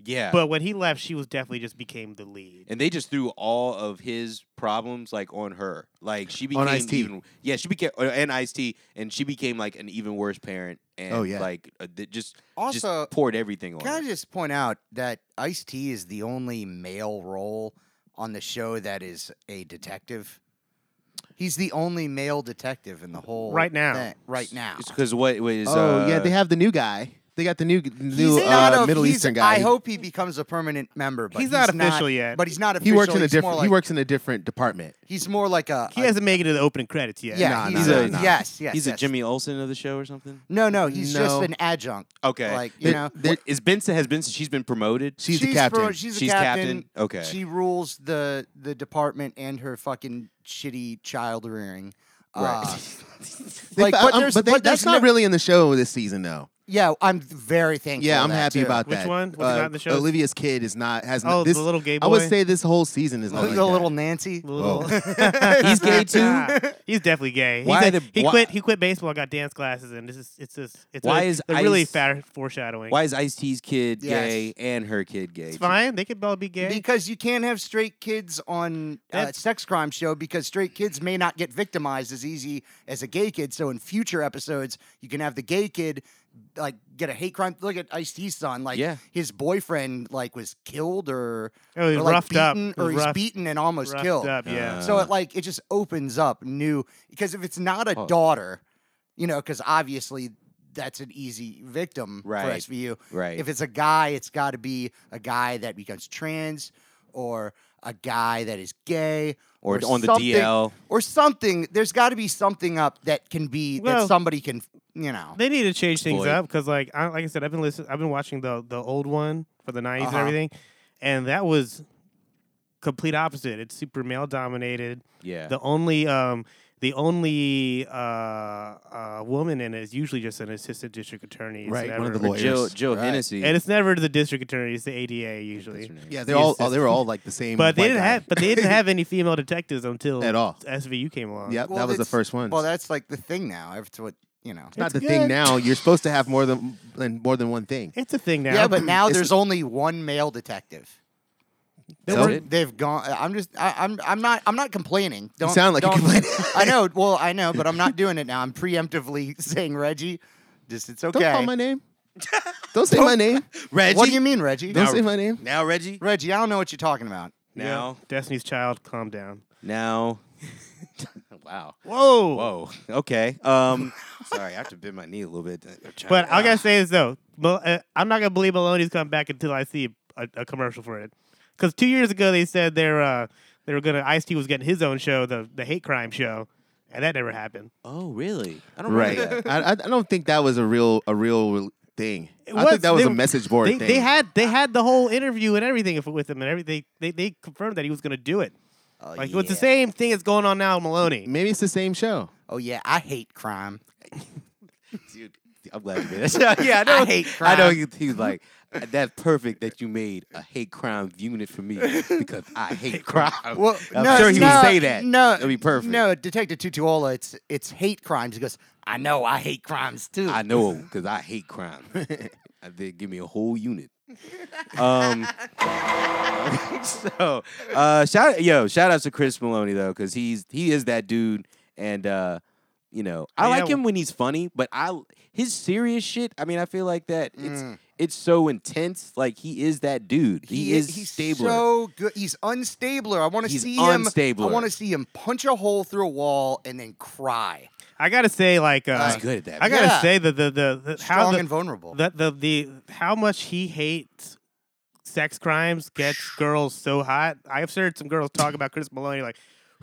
yeah. But when he left, she was definitely just became the lead. and they just threw all of his problems like on her. Like she became Ice-T. even yeah she became uh, and Ice T and she became like an even worse parent and Oh, yeah. like uh, th- just Also- just poured everything on. can I her. just point out that Ice T is the only male role on the show that is a detective. He's the only male detective in the whole Right now. thing- right now. It's because what was oh uh, yeah, they have the new guy. They got the new new He's not uh, a- Middle he's- Eastern guy. I He- hope he becomes a permanent member, but He's not official yet. But he's not he official. works in a he's more different. he like- works in a different department. He's more like a. He a- hasn't made it to the opening credits yet. Yeah, Nah, he's nah, a, nah, nah. yes, yes. he's yes. a Jimmy Olsen of the show or something. No, no, he's No. just an adjunct. Okay, Like you It- know, There- is Benson has Benson? She's been promoted. She's the captain. pro- she's, a She's captain. captain? Okay. She rules the the department and her fucking shitty child rearing. Right. Uh, They- like, I- but I'm- there's- but they- but there's that's not no- really in the show this season, though. yeah, I'm very thankful. Yeah, for I'm that, happy too. about Which that. Uh, one? Was it not in the show? Olivia's kid is not has Oh, not, this the little gay boy. I would say this whole season is not the like little that. Nancy. Little- He's gay too. Nah, he's definitely gay. He Why said the- he why- quit? He quit baseball. Got dance classes, and this is it's just it's Why a, is they're really Ice- fat foreshadowing. Why is Ice T's kid Yes. gay and her kid gay? it's fine. They could both be gay. Because you can't have straight kids on a That's- sex crime show because straight kids may not get victimized as easy as a gay kid. So in future episodes, you can have the gay kid like get a hate crime. Look at Ice T's son, like Yeah. his boyfriend like was killed or, Oh, he's or, like, roughed up. beaten, He was or he's rough- beaten and almost roughed killed. Uh, up, yeah. So uh, it like it just opens up new because if it's not a daughter, you know, because obviously that's an easy victim for Right. SVU. Right. If it's a guy, it's got to be a guy that becomes trans or a guy that is gay Or on the something- DL. or something. There's got to be something up that can be Well- that somebody can, you know. They need to change things Exploit. up because, like, I, like I said, I've been listening. I've been watching the the old one for the 90s Uh-huh. and everything, and that was complete opposite. It's super male dominated. Yeah. The only um the only uh, uh woman in it is usually just an assistant district attorney. It's Right, one of never- the lawyers. Jill Jill Right. Hennessy. and it's never the district attorney. It's the ADA That's her usually. name. Yeah, they're all oh, they were all like the same. But they white didn't guy. have but they didn't have any female detectives until At all. SVU came along. Yep, Well, that was the that's- first one. Well, that's like the thing now. It's what you know. It's not the thing now. You're supposed to have more than and more than one thing. It's a thing now. Yeah, but now It's- there's only one male detective. They So- were- They've gone. I'm just. I, I'm. I'm not. I'm not complaining. Don't, sound like you're don't- complaining. I know. Well, I know, but I'm not doing it now. I'm preemptively saying Reggie. Just it's okay. Don't call my name. Don't say my name. Reggie. What do you mean, Reggie? Don't Now- say my name. now Reggie? Reggie, I don't know what you're talking about. Now Destiny's Child, calm down. now. wow. Whoa. Whoa. Okay. Um. sorry, I have to bend my knee a little bit. I'm trying But to- I gotta say this though, Mal- uh, I'm not gonna believe Maloney's coming back until I see a, a commercial for it. Because two years ago they said they're uh, they were gonna Ice T was getting his own show, the the hate crime show, and that never happened. Oh, really? I don't Right. remember that. I, I I don't think that was a real a real thing. It I think that was they- a message board They, thing. they had they had the whole interview and everything if- with him and everything. They they confirmed that he was gonna do it. Oh, like it's the same thing that's going on now, with Maloney. Maybe it's the same show. Oh yeah, I hate crime. Dude, I'm glad you made that. yeah, I know. I hate I know crime. you- he's like, that's perfect that you made a hate crime unit for me because I hate crime. Well, I'm no, sure he no, would say that. No, that'd be perfect. No, Detective Tutuola, it's it's hate crimes. He goes, I know, I hate crimes too. I know because I hate crime. I did give me a whole unit. Um, so uh, shout yo shout out to Chris Maloney though because he's he is that dude and uh, you know I like Yeah. him when he's funny but I his serious shit I mean I feel like that it's it's so intense like he is that dude Mm. he, is he's stable so good. He's unstabler. I want to He's see him. unstabler. I want to see him punch a hole through a wall and then cry. I gotta say, like, uh, he's good at that I gotta Yeah. say that the the, the Strong how the, and vulnerable. the, the the how much he hates sex crimes gets girls so hot. I've heard some girls talk about Chris Maloney like,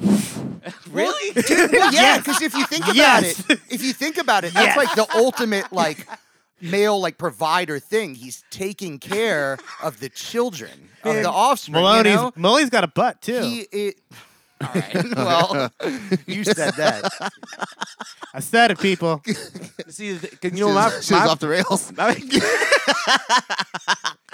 really Well, yeah, because if you think about Yes. it, if you think about it, that's like the ultimate like male like provider thing. He's taking care of the children of the offspring. you Maloney's know? Maloney's got a butt too. He it. All right. Well, you said that. I said it, people. see the thing- 'cause you know my, Shit's my, off the rails.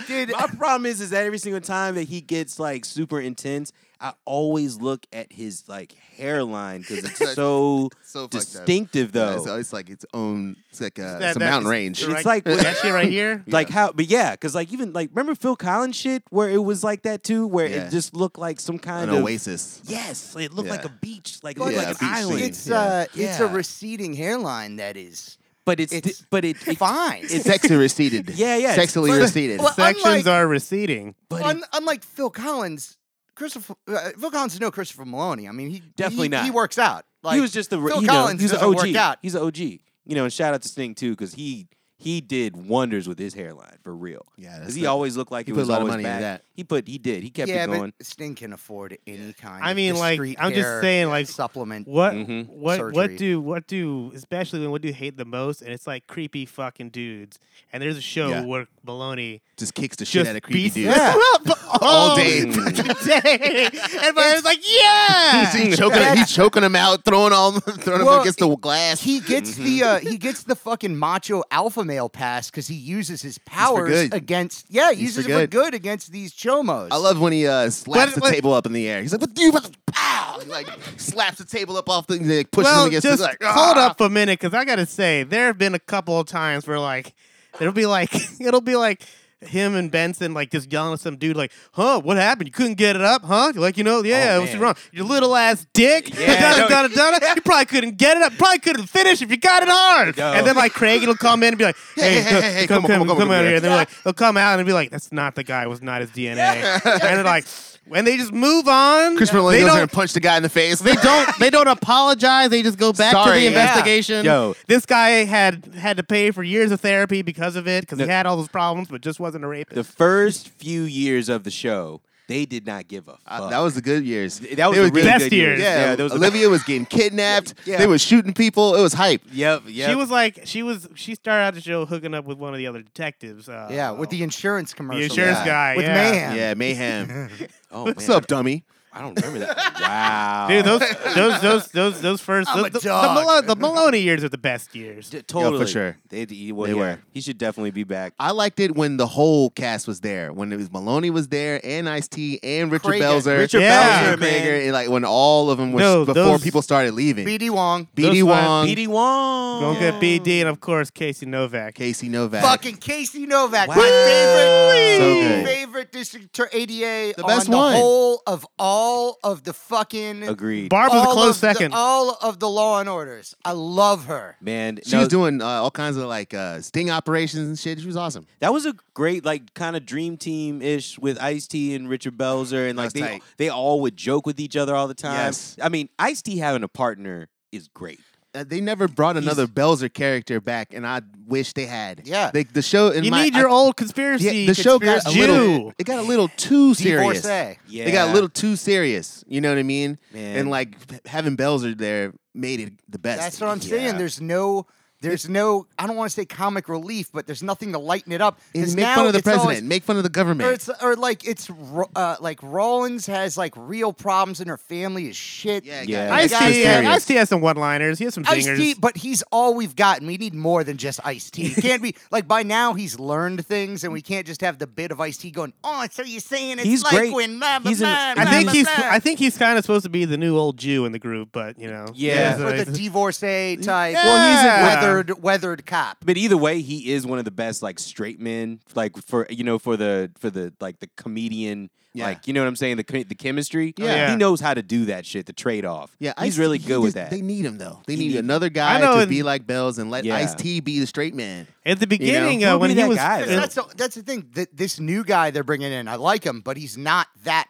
Dude, my problem is is that every single time that he gets like super intense, I always look at his like hairline because it's so, so fucked up. distinctive Yeah, though. it's, it's like its own. It's like a, That- it's a that- mountain range. It's like when- that shit right here. like how, but yeah, because like even like remember Phil Collins shit where it was like that too, where Yeah. it just looked like some kind an of oasis. yes, it looked like Yeah. a beach, like it But looked Yeah, like a an beach island. scene. It's uh, it's a Yeah. receding hairline that is but it's, it's di- but it, it fine. It's Sexy receded. Yeah, yeah, it's- Sexily but- receded. Well, Sections unlike- are receding. but it- Un- unlike Phil Collins, Christopher uh, Phil Collins is no Christopher Maloney. I mean, he Definitely he, not. He works out. Like he was just the Phil you Collins know, he's an doesn't OG. work out. He's an OG. You know, and shout out to Sting too because he he did wonders with his hairline for real. Yeah, because that's he the- always looked like he it put a was lot of always money into back. that. He put he did. He kept yeah, it going. but Sting can afford any kind. I of mean, like, discreet I'm just hair saying, like, supplement. What Mhm. what Surgery. what do what do especially when what do you hate the most? And it's like creepy fucking dudes. And there's a show Yeah. where Maloney Just kicks the shit just out of creepy beats dude. them up All all day. day. Everybody's like, yeah. he's, choking, he's choking him out, throwing all, throwing Well, him against the glass. He gets the uh, Mm-hmm. he gets the fucking macho alpha male pass because he uses his powers good. against yeah he He's uses for it for good. good against these chomos. I love when he uh, slaps But- the but- table up in the air. He's like, "What do you?" What pow! He, like slaps the table up off the, and then pushes him well, against. just the, like, hold "Ah!" up a minute, because I gotta say, there have been a couple of times where like it'll be like it'll be like him and Benson like just yelling at some dude like, "Huh? What happened? You couldn't get it up, huh? You're Like you know, yeah, Oh, what's man. wrong? Your little ass dick, Yeah, no. yeah, da, da, da, da, you probably couldn't get it up, probably couldn't finish if you got it hard." No. And then like Craig, it'll come in and be like, hey, "Hey, hey, hey, come on, come on, come on, out come here." here. And they're like, they'll come out and be like, "That's not the guy. It was not his DNA." And they're like, when they just move on, Chris they Maloney goes don't there and punch the guy in the face. they don't. They don't apologize. They just go back to Sorry, the yeah. investigation. Yo. this guy had had to pay for years of therapy because of it, because No. he had all those problems, but just wasn't a rapist. the first few years of the show, they did not give a fuck. Uh, that was the good years. that was They the were really best good years. years. Yeah, that was the- Olivia was getting kidnapped. Yeah. They were shooting people. It was hype. Yep, yep. She was like, she was, she started out the show hooking up with one of the other detectives. Uh, yeah with the insurance commercial. insurance guy, with yeah. mayhem. Yeah, mayhem. oh man, What's up, dummy? I don't remember that. Wow, dude, those those those those those 1st I'm those, a the, the, dog. Maloney, the Maloney years are the best years. D- totally sure. They, d- well, They yeah. were. He should definitely be back. I liked it when the whole cast was there. When it was Maloney was there, and Ice T, and Richard Craig- Belzer, Richard Yeah. Belzer, and man. Krager, and like when all of them was No, before those- people started leaving. BD Wong. BD Those five- Wong, BD Wong. Don't get BD and of course Casey Novak. Casey Novak. Fucking Casey Novak, Wow. my favorite, So good. favorite district attor- ADA The on best the one. whole of all of the fucking Agreed, Barb was a all close of the- Oh, second. all of the Law and Orders. I love her. man. She no, was doing uh, all kinds of like uh, sting operations and shit. She was awesome. That was a great, like, kind of dream team ish with Ice T and Richard Belzer, and like That's they tight. they all would joke with each other all the time. Yes. I mean, Ice T having a partner is great. Uh, they never brought another Belzer character back, and I wish they had. Yeah. They, the show. In You my, need your I- old conspiracy. yeah, the show got a conspiracy little. Jew. It got a little too serious. Divorcee. Yeah, They got a little too serious. You know what I mean? Man. And like having Belzer there made it the best. That's what I'm Yeah. saying. There's no There's no, I don't want to say comic relief, but there's nothing to lighten it up. And 'cause make now fun of the it's always- president. make fun of the government. or it's or like it's Ro- uh, like Rollins has like real problems and her family is shit. Yeah, Yeah. guys, Ice it's T, hysterical. Ice T has some one-liners. He has some Ice T, zingers. but he's all we've gotten. We need more than just Ice T. It can't be like by now he's learned things, and we can't just have the bit of Ice T going. Oh, so you're saying it's He's like great. when blah blah He's an- blah. I blah, think blah, he's. blah." I think he's kind of supposed to be the new old Jew in the group, but you know. Yeah. He has with a- a divorcee type. Well, he's a- Yeah. weathered weathered cop. But either way, he is one of the best like straight men, like for you know for the for the like the comedian, Yeah. like you know what I'm saying, the chemi- the chemistry. Yeah. he knows how to do that shit, the trade off. Yeah, he's Ice-T, really he good with that. just- They need him though. They He need, need- another guy know, to and- be like Bells and let Yeah. Ice T be the straight man. At the beginning, Who'll uh, when be he that was, guy, uh, though? That's the, that's the thing. That this new guy they're bringing in, I like him, but he's not that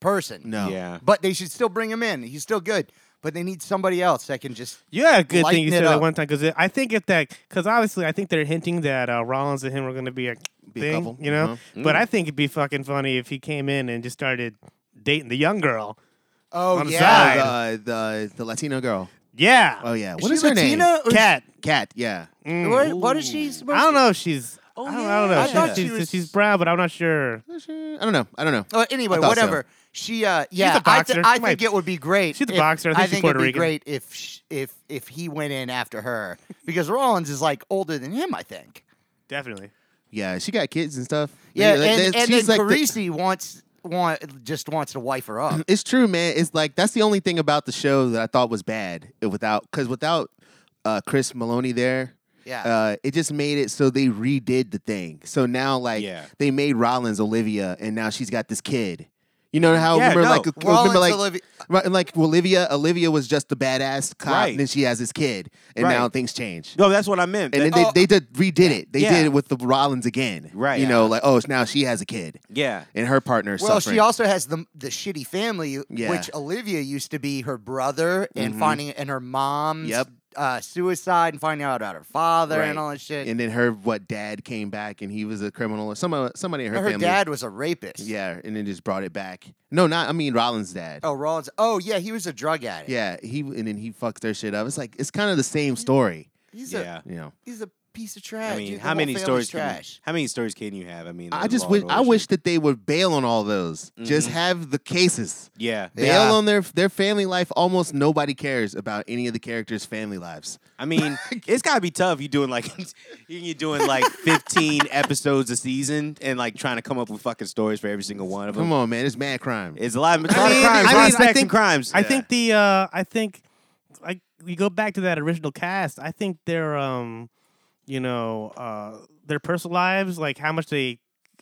person. No. Yeah, But they should still bring him in. He's still good. But they need somebody else that can just. yeah, good thing Lighten you it said that up. one time because I think if that because obviously I think they're hinting that uh, Rollins and him are going to be a Be a thing, couple, you know. Mhm. But I think it'd be fucking funny if he came in and just started dating the young girl. Oh On Oh, the yeah. the, side. uh, the the Latino girl. Yeah, Oh yeah. Is What she is her name? Latina or- cat. Cat. Yeah. Mm. What, what is she? I Supposed don't know if she's. Oh, I, don't, yeah. I don't know. I she's, thought she she's, was- she's brown, but I'm not sure. I don't know. I don't know. Uh, anyway, I thought so. whatever. She, uh, yeah, a I, thi- boxer. I She might- think it would be great. She's a if- boxer. I think she's Puerto it'd be Rican. great if sh- if if he went in after her because Rollins is like older than him. I think. Definitely. Yeah, she got kids and stuff. Yeah, They- and, they- and she's then like the- Carisi wants want just wants to wife her up. it's true, man. It's like that's the only thing about the show that I thought was bad. It Without because without uh, Chris Maloney there, Yeah. uh, it just made it so they redid the thing. So now like Yeah. they made Rollins Olivia, and now she's got this kid. You know how Yeah, remember no. like remember Rollins, like Olivia- right, and, like Olivia Olivia was just the badass cop, Right. and then she has this kid, and Right. now things change. no, that's what I meant. And then That- they, they did redid it. They Yeah. did it with the Rollins again, Right. You know, like oh, now she has a kid, yeah, and her partner. is Well, suffering. she also has the the shitty family, Yeah. Mm-hmm. which Olivia used to be her brother, and finding and her mom's Yep. uh, suicide, and finding out about her father Right. and all that shit. and then her what dad came back and he was a criminal or some somebody in her, her family. dad was a rapist. Yeah, and then just brought it back. No, not I mean Rollins' dad. Oh, Rollins. Oh, yeah, he was a drug addict. Yeah, he and then he fucked their shit up. It's like it's kind of the same story, He's yeah. a you know. he's a piece of trash. I mean, dude. The how whole many family's stories? Can you, Trash. how many stories can you have? I mean, I the Law just and wish Order I wish shit. that they would bail on all those. Just have the cases. Yeah, Mm-hmm. Yeah. Bail on their their family life. Almost nobody cares about any of the characters' family lives. I mean, it's gotta be tough. You doing like you doing like 15 episodes a season and like trying to come up with fucking stories for every single one of them. Come on, man, it's mad crime. It's a lot of, it's a I lot mean- of crimes. I a lot of mean, I sex and think- crimes. I Yeah. think the uh, I think like we go back to that original cast. I think their um, you know, uh, their personal lives, like how much they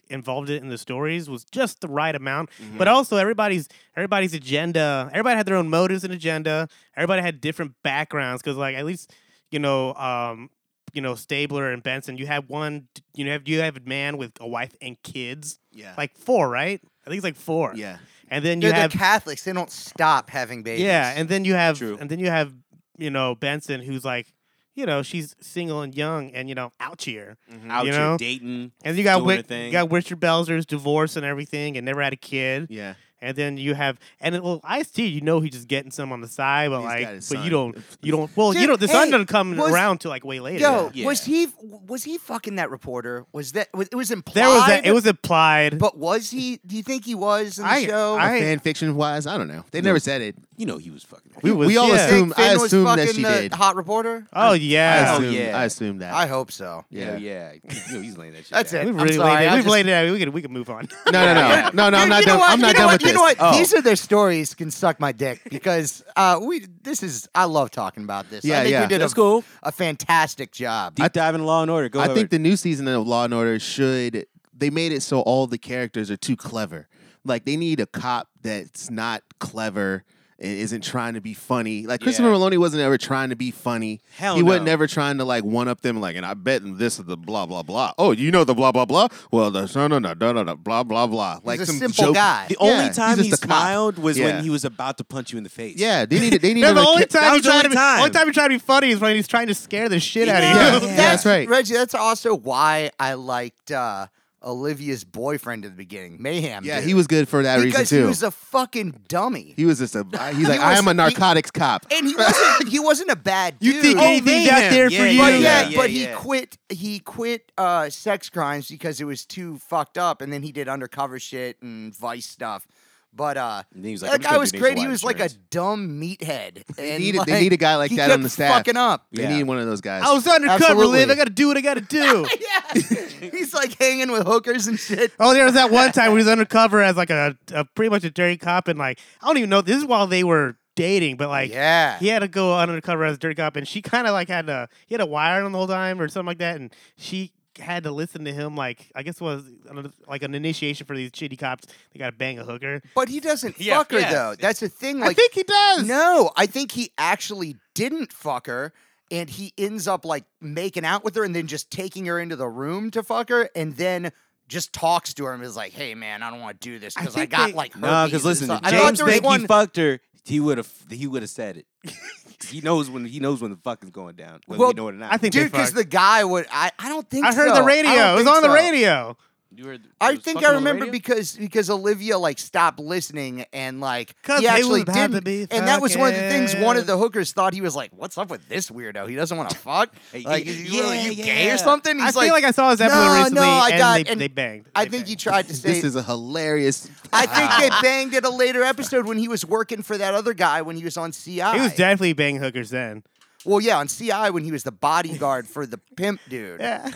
involved it in the stories, was just the right amount. But also everybody's everybody's agenda. Everybody had their own motives and agenda. Everybody had different backgrounds because like at least you know um. You know Stabler and Benson. You have one. You know, have you have a man with a wife and kids, yeah, like four, right? I think it's like four. yeah. And then you They're have the Catholics. They don't stop having babies. yeah, and then you have True. and then you have you know Benson who's like you know she's single and young and you know out here out you here know? dating. and you got Doing her Wi- thing. you got Richard Belzer's divorce and everything and never had a kid Yeah, and then you have and it, well Ice T you know he's just getting some on the side but He's got like his but son. you don't you don't well you Dude, don't the sun hey, doesn't come was- around till like way later Yo, Yeah. was he was he fucking that reporter? Was that was, it was implied? there was that it was implied But was he? Do you think he was in the I- show? I- fan fiction wise, I don't know. They never said it. You know he was fucking. We, was- we all yeah. assume. Think I Finn was assume that fucking she the did. hot reporter. oh I yeah Oh, assume, yeah. I assume that. I hope so. Yeah, yeah. yeah. You know he's laying that shit. That's down. it. we've I'm really sorry, laid it I we've just- laid it out we can we can move on No, no, no, no, no. I'm Dude, not you know done. what? I'm You not know done what? with You know this. what? Oh. These are their stories. Can suck my dick because uh, we. This is. I love talking about this. Yeah, I think yeah. We did That's a, cool. a fantastic job. Deep dive in Law and Order. Go. I over think it. the new season of Law and Order should. They made it so all the characters are too clever. Like they need a cop that's not clever and isn't trying to be funny. Like Christopher Yeah. Maloney wasn't ever trying to be funny. Hell he wasn't no. ever trying to like one up them. Like, and I bet this is the blah blah blah. Oh, you know the blah blah blah. Well, the no no no no no, no blah blah blah. Like He's a some simple joke- guy. The Yeah, only he's time just he a cop. smiled was Yeah. when he was about to punch you in the face. Yeah, they need. They need. no, the another only ca- time that he was the tried to only be, time. only time he tried to be funny is when he's trying to scare the shit out Yeah. of you Yeah. That's right. Reggie. That's also why I liked uh, Olivia's boyfriend at the beginning, Mayhem. Yeah, dude. he was good for that reason because he too. was a fucking dummy, He was just a. He's like, He I was- am a he- narcotics cop. and he wasn't. he wasn't a bad dude. You think anything's out there for you? But yeah, Yeah, yeah, but yeah. he quit. He quit uh, sex crimes because it was too fucked up, and then he did undercover shit and vice stuff. But uh, And he was like, that "I'm just guy gonna was do these great. He life was like a insurance." dumb meathead. And needed- like, they need a guy like he that on kept the staff. Fucking up. They Yeah. need one of those guys. I was undercover, Absolutely. live. I gotta do what I gotta do. yeah, he's like hanging with hookers and shit. Oh, there was that one time we was undercover as like a, a pretty much a dirty cop, and like I don't even know. This is while they were dating, but like yeah, he had to go undercover as a dirty cop, and she kind of like had to he had a wire on the whole time or something like that, and she had to listen to him like I guess it was uh, like an initiation for these shitty cops. They got to bang a hooker. but he doesn't Yeah, fuck her yeah. though. That's the thing. I Like think he does. No, I think he actually didn't fuck her. And he ends up like making out with her and then just taking her into the room to fuck her and then just talks to her and is like, hey man, I don't want to do this I because I, think got they- like herpes. No, because and listen, stuff." if I thought James there was think one- he fucked her. He would have. He would have said it. he knows when. He knows when the fuck is going down. Whether Well, we know it or not. I think they Dude, because fucked. the guy would I, I don't think I heard so. the don't radio. It was think on the so. radio. You heard- it I was think fucking on I the remember radio? because because Olivia like stopped listening and like 'Cause he they actually was about didn't, to be and that was one of the things. One of fucking. the hookers thought he was like, "What's up with this weirdo? He doesn't want to fuck. Hey, Like, yeah, is he- what, are you yeah, gay yeah. or something?" I He's feel like, I saw his episode "No, no, recently, I and, got- they, and they banged. I They think banged. he tried to say. this is a hilarious. I think they banged at a later episode when he was working for that other guy when he was on CI. he was definitely banging hookers then. Well, yeah, on CI when he was the bodyguard for the pimp dude. Yeah.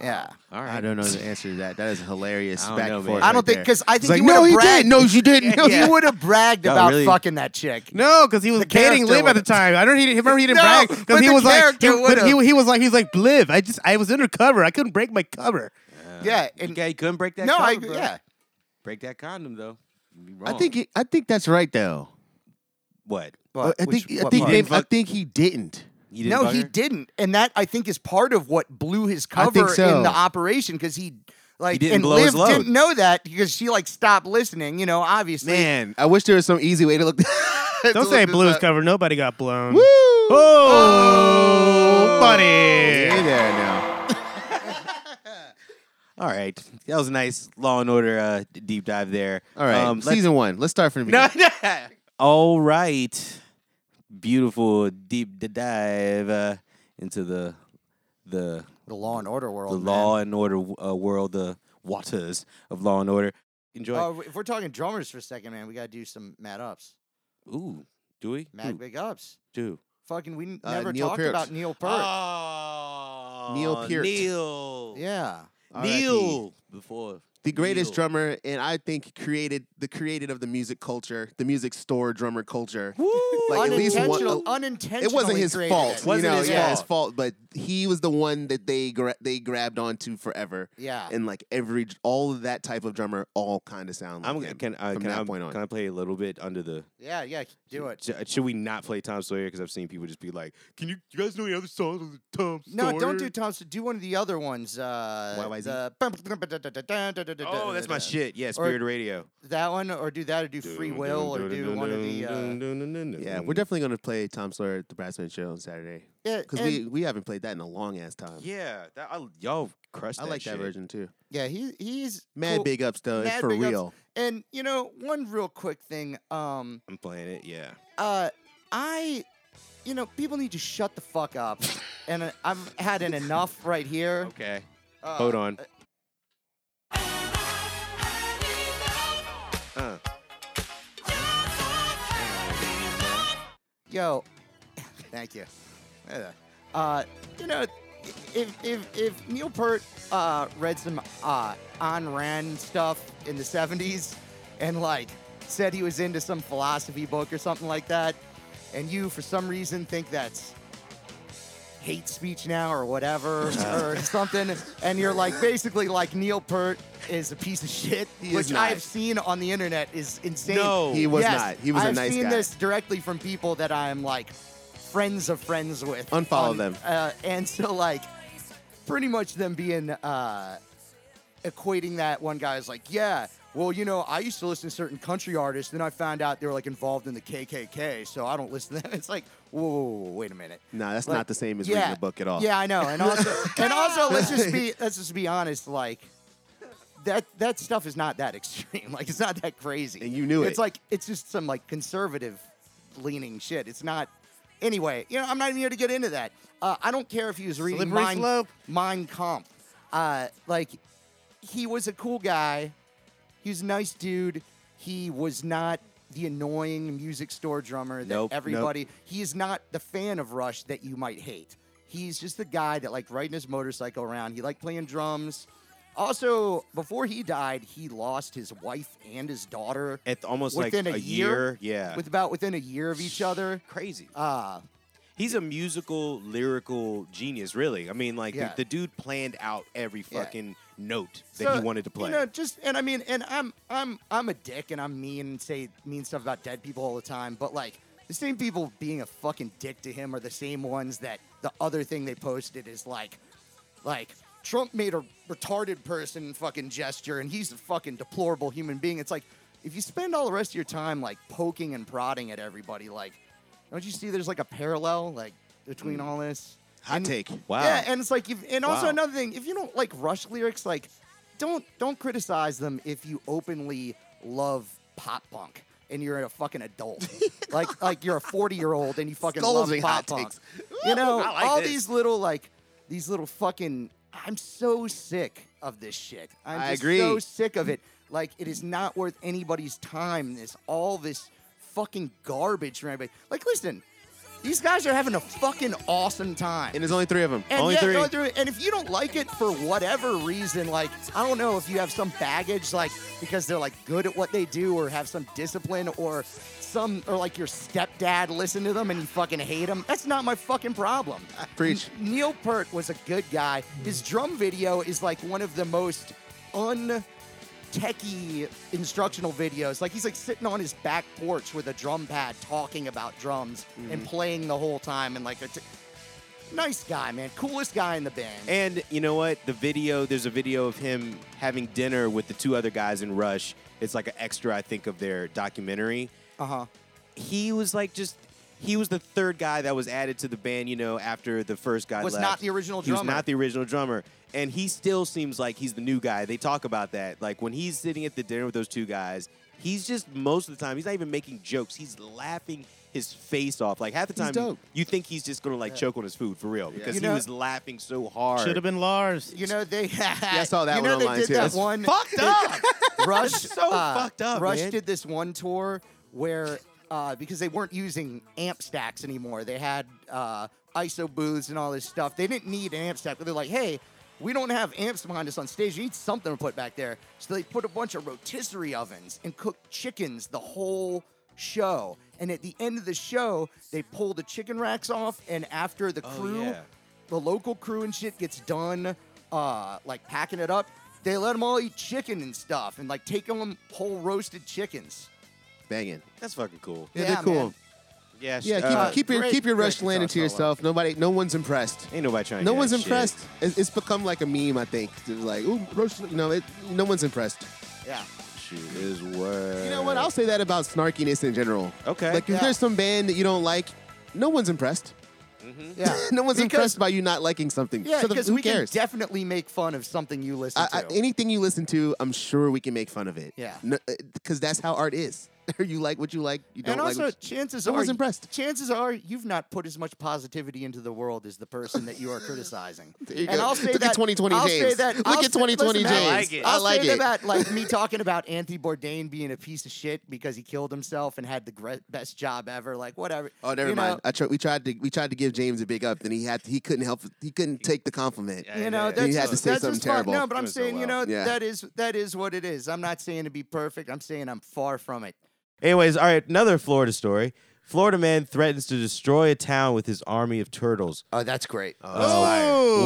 Yeah. All I right. don't know the answer to that. That is hilarious. I don't Back know, and man. forth. I don't right think there. because I It's think like, he would no, have you bragged. didn't. No, you didn't. No, He would have bragged No, about really. fucking that chick. No, because he was character dating Liv at the would've- time. I don't he, remember he didn't No, brag but because he the was like he, character but he, would've. he was like he's like Liv. I just I was undercover. I couldn't break my cover. Yeah, and Okay, you couldn't break that. no, I condom, bro. yeah. Break that condom though. You'd be I wrong. think. He, I think that's right though. what? Uh, I Which- think. I what think. part? they- didn't I fuck- think he didn't. You didn't no, fuck he her? didn't, and that I think is part of what blew his I think cover so. in the operation because he like didn't and blow Liv his load. didn't know that because she like stopped listening. You know, obviously. Man, I wish there was some easy way to look. to Don't look say this blue is up. covered. Nobody got blown. Woo! Oh, buddy. Hey there now. All right. That was a nice Law and Order uh, d- deep dive there. All right, Um, let's- season one. Let's start from the beginning. All right. Beautiful deep d- dive uh, into the the the Law and Order the world. man. Law and Order uh, world, the waters of Law and Order. Enjoy. Oh. Uh, if we're talking drummers for a second, man, we gotta do some Matt Ups, Ooh, do we? Mad Big Ups. do. Fucking, we n- Uh, never Neil talked Peart. about Neil Peart. Oh, Neil Peart. Neil. Oh. yeah, R.I.P. Neil. Before the greatest Neil. drummer, and I think created the created of the music culture, the music store drummer culture. Like, at least one- unintentional, uh, unintentional. It wasn't his fault, Wasn't you know. his yeah, fault. his fault, but he was the one that they gra- they grabbed onto forever, Yeah, and like every all of that type of drummer all kind of sound like I'm him can I from can that I, point on. can I play a little bit under the yeah, yeah. Do it. Sh- uh, Should we not play Tom Sawyer? Because I've seen people just be like, "Can you, you guys know any other songs on the Tom Sawyer?" No, don't do Thompson. Do one of the other ones. Uh, YYZ? the- Oh, that's my shit. Yeah, Or- Spirit Radio. That one, or do that, or do Free Will, or do one of the. Uh, yeah, we're definitely gonna play Tom Sawyer at the Brassman Show on Saturday yeah, because and- we we haven't played that in a long ass time. Yeah, that, I, y'all crushed. I like that shit. version too. yeah, he he's Mad cool. big ups though, it's Mad for big ups. real. And you know, one real quick thing. Um, I'm playing it. Yeah. uh, I, you know, people need to shut the fuck up, and I- I've had an enough right here. Okay. Uh, Hold on. uh, Uh, Yo, thank you. Uh, you know, if if if Neil Peart uh, read some uh, on Rand stuff in the '70s, and like said he was into some philosophy book or something like that, and you for some reason think that's hate speech now or whatever or something, and you're like basically like Neil Peart is a piece of shit, He is which not. I've seen on the internet is insane. No. He was Yes, not. He was a I've nice seen guy. this directly from people that I'm like friends of friends with. Unfollow on- them. Uh, and so like pretty much them being uh, equating that one guy is like, yeah. Well, you know, I used to listen to certain country artists, then I found out they were like involved in the KKK, so I don't listen to them. It's like, whoa, whoa, whoa, whoa, wait a minute. No, that's Like, not the same as yeah, reading a book at all. Yeah, I know. And also, and also, let's just be let's just be honest. Like, that that stuff is not that extreme. Like it's not that crazy. And you knew it's it. like it's just some like conservative leaning shit. It's not. Anyway, you know, I'm not even here to get into that. Uh, I don't care if he was reading Slippery Mein, slope. Mein Kampf. Uh, like he was a cool guy. He was a nice dude. He was not the annoying music store drummer that Nope, nope. everybody. He is not the fan of Rush that you might hate. He's just the guy that liked riding his motorcycle around. He liked playing drums. Also, before he died, he lost his wife and his daughter At almost like within a a year. year, yeah. with about within a year of each other. Crazy. Uh, He's a musical, lyrical genius, really. I mean, like, Yeah. the, the dude planned out every Yeah. fucking note that So, he wanted to play. You know, just and I mean, and I'm I'm I'm a dick and I'm mean and say mean stuff about dead people all the time, but like the same people being a fucking dick to him are the same ones that the other thing they posted is like like Trump made a retarded person fucking gesture and he's a fucking deplorable human being. It's like if you spend all the rest of your time like poking and prodding at everybody, like don't you see there's like a parallel like Mm. between all this? Hot take. wow. Yeah, and it's like, if, and also Wow. another thing, if you don't like Rush lyrics, like, don't don't criticize them if you openly love pop punk and you're a fucking adult, like like you're a forty year old and you fucking Scolding love pop hot punk. takes. You know, I like all this. these little like these little fucking. I'm so sick of this shit. I'm I just agree. so sick of it. Like it is not worth anybody's time. This all this fucking garbage from everybody. Like, listen, these guys are having a fucking awesome time. And there's only three of them. And Only yeah, three. only three. And if you don't like it for whatever reason, like I don't know if you have some baggage, like because they're like good at what they do, or have some discipline, or some, or like your stepdad listened to them and you fucking hate them. That's not my fucking problem. Preach. Neil Peart was a good guy. His drum video is like one of the most un techie instructional videos. Like he's like sitting on his back porch with a drum pad talking about drums and playing the whole time and like a t- nice guy, man. Coolest guy in the band. And you know what? The video, there's a video of him having dinner with the two other guys in Rush. It's like an extra, I think, of their documentary. Uh huh. He was like just, he was the third guy that was added to the band, you know, after the first guy Was left. not the original He was drummer. not the original drummer. And he still seems like he's the new guy. They talk about that. Like when he's sitting at the dinner with those two guys, he's just, most of the time, he's not even making jokes. He's laughing his face off. Like half the time, dope. you think he's just going to like choke on his food for real because You he know- was laughing so hard. Should have been Lars. You know they. yeah, I saw that you one know online they did too. that That's one. Fucked up. Rush so uh, fucked up, Uh, Rush man. did this one tour where uh, because they weren't using amp stacks anymore, they had uh, ISO booths and all this stuff. They didn't need an amp stack, but they're like, hey. We don't have amps behind us on stage. You need something to put back there. So they put a bunch of rotisserie ovens and cooked chickens the whole show. And at the end of the show, they pull the chicken racks off. And after the crew Oh, yeah. the local crew and shit gets done uh, like packing it up, they let them all eat chicken and stuff and like take them whole roasted chickens. Banging. That's fucking cool. Yeah, they're cool. man. Yeah, Yeah, sh- keep, uh, keep your great- keep your great rush landed to sauce, I love yourself. Nobody, no one's impressed. ain't nobody trying. No to hear one's that shit. impressed. It's, it's become like a meme, I think. It's like, ooh, rush. You know, it, no one's impressed. Yeah. Shoot, is word. You know what? I'll say that about snarkiness in general. Okay. Like, Uh. Yeah. if there's some band that you don't like, no one's impressed. Yeah. no one's Because- impressed by you not liking something. Yeah, so Mm-hmm. the, because who we cares? can definitely make fun of something you listen I, I, to. anything you listen to, I'm sure we can make fun of it. Yeah. Because that's how art is. you like what you like. You don't and also, like. What you, chances I are, was impressed. chances are you've not put as much positivity into the world as the person that you are criticizing. you and go. I'll say Look at that 2020 I'll James. Say that, Look I'll at say- 2020 listen, James. I'll- I like it. I I'll like say it. about like me talking about Anthony Bourdain being a piece of shit because he killed himself and had the gre- best job ever. Like whatever. Oh, never You know, mind. I tr- we tried to we tried to give James a big up, and he had he couldn't help he couldn't take the compliment. you know, Then that's you had just, to say that's something just fine. terrible. No, but I'm Doing so saying, you know, well. Yeah. that is that is what it is. I'm not saying to be perfect. I'm saying I'm far from it. Anyways, all right. Another Florida story. Florida man threatens to destroy a town with his army of turtles, Uh, Oh, that's great.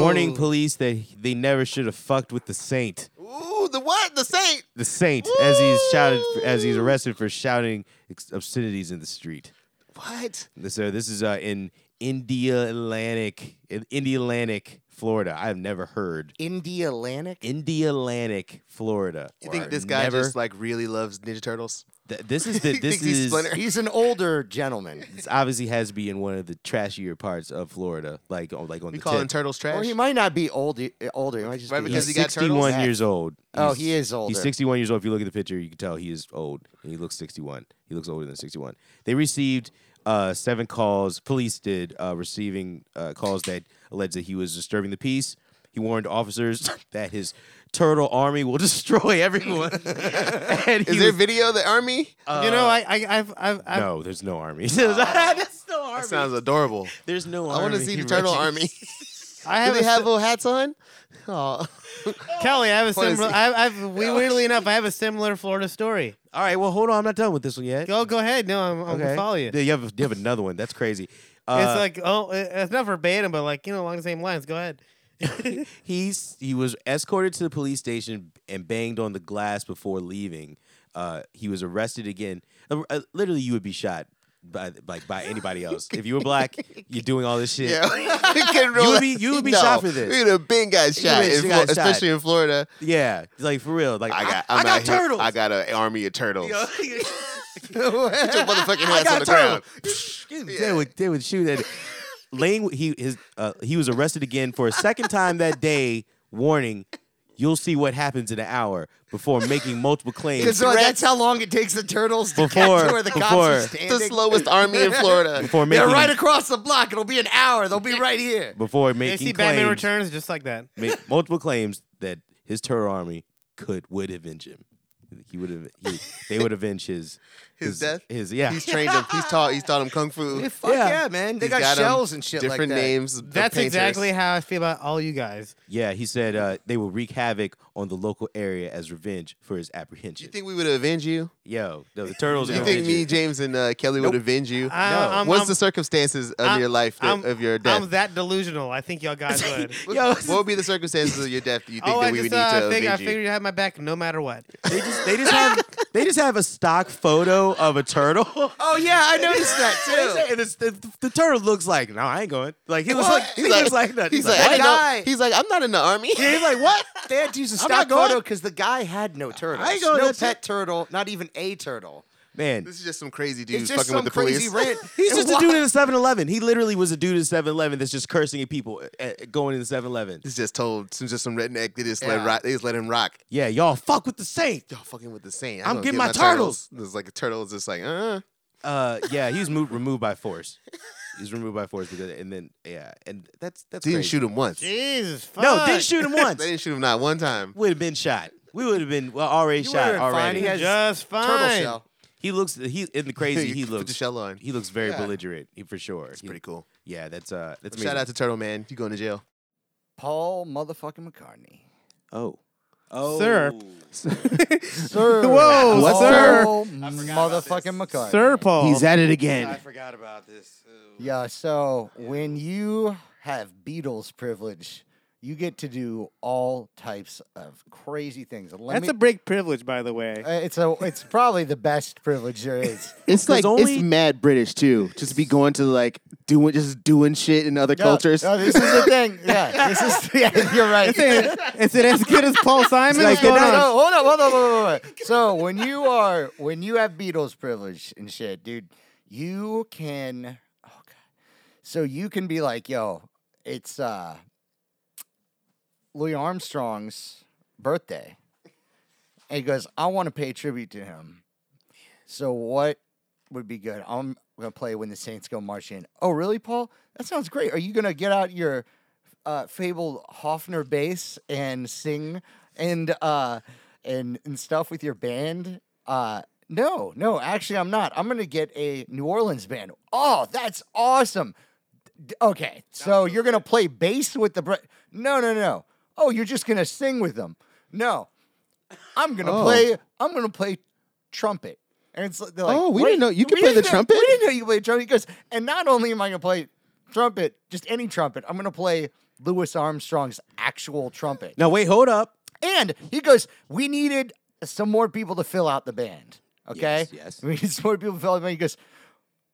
warning police that they never should have fucked with the saint. Ooh, the what? The saint. The saint, as he's shouted, as he's arrested for shouting ex- obscenities in the street. What? So this is uh, in India Atlantic, in India Atlantic, Florida. I've never heard India Atlantic. India Atlantic, Florida. You think this guy just like really loves Ninja Turtles? Th- this is the this Think he's is Splinter? He's an older gentleman. this obviously has to be in one of the trashier parts of Florida, like on like on We the call him tip. turtles Or trash. he might not be older. Older. He might just Right, be because He's he got turtles? 61 years old. Oh, He's- he is older. He's 61 years old. If you look at the picture, you can tell he is old. And he looks 61. He looks older than 61. They received uh, seven calls. Police did uh, receiving uh, calls that alleged that he was disturbing the peace. He warned officers that his turtle army will destroy everyone. and he Is there was- video of the army? you know, I, I, I've, I've, I've no, there's no army. there's no Oh. that army. sounds adorable. There's no I army. want to see the turtle army. I Do have they a have si- little hats on? Oh, Kelly. I have a wanna similar. see. I, I've we- weirdly enough, I have a similar Florida story. All right, well, hold on. I'm not done with this one yet. Go, go ahead. No, I'm, I'm gonna follow you. Yeah, You have, you have another one. That's crazy. Uh, it's like oh, it- it's not verbatim, but like you know, along the same lines. Go ahead. He's he was escorted to the police station and banged on the glass before leaving. Uh, he was arrested again. Uh, uh, literally, you would be shot by like by anybody else if you were black. You're doing all this shit. yeah. you can You would be- you would be shot for this. You'd have been got shot, been got in Flo- shot. especially in Florida. Yeah, like for real. Like I got, I, I'm got out here- turtles. I got an army of turtles. Put your I motherfucking ass on got the turtles. ground. They would they would shoot at. it. Lane he his uh, he was arrested again for a second time that day. Warning. You'll see what happens in an hour before making multiple claims. So that's how long it takes the turtles to get Before- to where the cops are before- The standing. slowest army in Florida. Before They're making right across the block. It'll be an hour. Theyll be right here. before They making see claims, Batman Returns just like that. make multiple claims that his turtle army could would avenge him. He would have. He, they would avenge his His death? His yeah. He's trained him. He's taught. He's taught him kung fu. Yeah, fuck yeah, man. They He's got, him shells and shit Different like that. names. of That's painters. exactly how I feel about all you guys. yeah. He said uh, they will wreak havoc on the local area as revenge for his apprehension. You think we would avenge you? Yo, no, the turtles. Do are you gonna think avenge me, James, and uh, Kelly would avenge you? I- No. I'm- What's I'm- the circumstances of I'm- your life that, I'm- of your I'm death? that delusional. I think y'all guys would. What, what would be the circumstances of your death that you think oh, that I we would just need to uh, avenge figured, I you? figured you had my back no matter what. They just they just have they just have a stock photo of a turtle. Oh yeah, I noticed that too. and it's, the, the turtle looks like no, I ain't going. Like he looks like he He's looks like, like, that. he's like, like, I "What?" didn't know- guy? He's like, I'm not in the army. He's like, what? They had to use a not stock going. photo because the guy had no turtles. ain't going, no that's pet turtle, not even a turtle. man, This is just some crazy dude It's just fucking some with the crazy police. rant. He's just Why- a dude in a 7 Eleven. He literally was a dude in 7 Eleven that's just cursing at people uh, uh, going in the 7 Eleven. He's just told, some just some redneck. They just Yeah. let rock. They just let him rock. Yeah, y'all fuck with the Saint. Y'all fucking with the same. I'm gonna getting get my turtles. There's like a turtle is just like, uh. Uh, yeah, he's moved, removed by force. He's removed by force because, and then, yeah, and that's that's Didn't crazy. shoot him once. They Jesus. Fuck. No, didn't shoot him once. didn't shoot him not one time. Would have been shot. We would have been well already You shot would've been fine. already. He has- Just fine. Turtle shell. He looks he in the crazy. You He put looks the shell on. He looks very Yeah. belligerent. He, for sure. It's He- pretty cool. Yeah, that's uh, that's Shout amazing. out to Turtle Man. You going to jail? Paul motherfucking McCartney. Oh, oh, Sir. Sir. Whoa, Paul sir. Motherfucking McCartney. Sir Paul. Oh. at it again. I forgot about this. Ooh. Yeah, so when you have Beatles privilege, you get to do all types of crazy things. Let That's a me- big privilege, by the way. uh, it's a it's probably the best privilege there is. It's like only- it's mad British too. Just be going to like doing just doing shit in other No, cultures. no, this is the thing. Yeah, this is yeah, you're right. Is it as good as Paul Simon? Like, What's no, going no, on? no, hold on, hold on, hold on, hold on. So when you are when you have Beatles privilege and shit, dude, you can oh god. So you can be like, yo, it's uh Louis Armstrong's birthday. And he goes, I want to pay tribute to him. So what would be good? I'm gonna play when the Saints go marching. in. Oh, really, Paul? That sounds great. Are you gonna get out your uh, fabled Hofner bass and sing and uh, and and stuff with your band? Uh, no, no, actually, I'm not. I'm gonna get a New Orleans band. Oh, that's awesome. D- Okay, so you're gonna play bass with the Brit? No, no, no. Oh, you're just gonna sing with them? No, I'm gonna Oh. play. I'm gonna play trumpet. And it's like, they're like, Oh, we didn't "Wait, know- you could we play didn't the know- trumpet?" We didn't know you played trumpet. He goes, and not only am I gonna play trumpet, just any trumpet, I'm gonna play Louis Armstrong's actual trumpet. Now wait, hold up. And he goes, we needed some more people to fill out the band. Okay. Yes, yes. We needed some more people to fill out the band. He goes,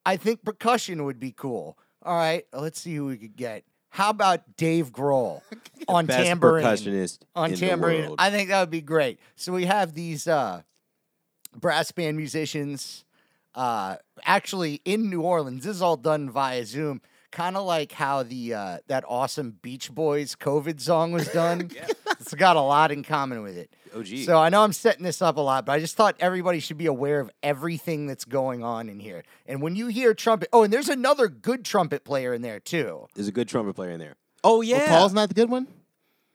I think percussion would be cool. All right, let's see who we could get. How about Dave Grohl on Best tambourine? percussionist on in the tambourine. world. I think that would be great. So we have these uh brass band musicians. Uh, actually, in New Orleans, this is all done via Zoom. Kind of like how the uh, that awesome Beach Boys COVID song was done. It's got a lot in common with it. Oh, gee. So I know I'm setting this up a lot, but I just thought everybody should be aware of everything that's going on in here. And when you hear trumpet, oh, and there's another good trumpet player in there too. There's a good trumpet player in there. Oh yeah, Paul's not the good one.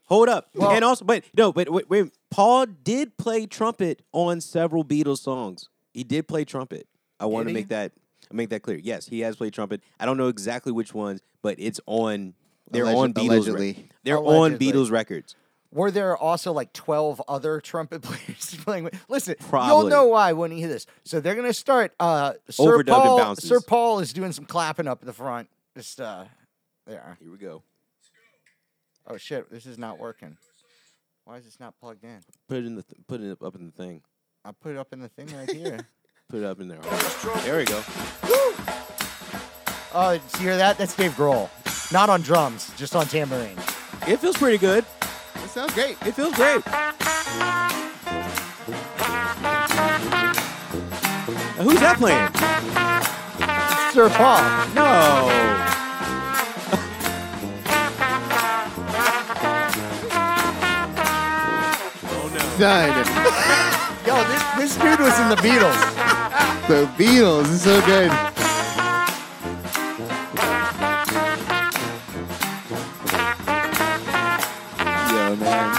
Hold up. Well- and also, but no, but wait, wait. Paul did play trumpet on several Beatles songs. He did play trumpet. I want to make that make that clear. Yes, he has played trumpet. I don't know exactly which ones, but it's on. They're Alleged- on Beatles. allegedly. They're Allegedly. on Beatles records. Were there also like 12 other trumpet players playing with? Listen, you'll Probably. know why when you hear this. So they're going to start. Uh, Sir, Overdubbed and Paul, bounces. Sir Paul is doing some clapping up at the front. Just uh, there. Here we go. Oh, shit. This is not working. Why is this not plugged in? Put it in the th- put it up in the thing. I put it up in the thing right here. Put it up in there. Hold on. There we go. Oh, did you hear that? That's Dave Grohl. Not on drums, just on tambourine. It feels pretty good. It sounds great. It feels great. Now, who's that playing? Sir Paul. No. Done. Yo, this, this dude was in the Beatles. The Beatles is so good. Yo, man.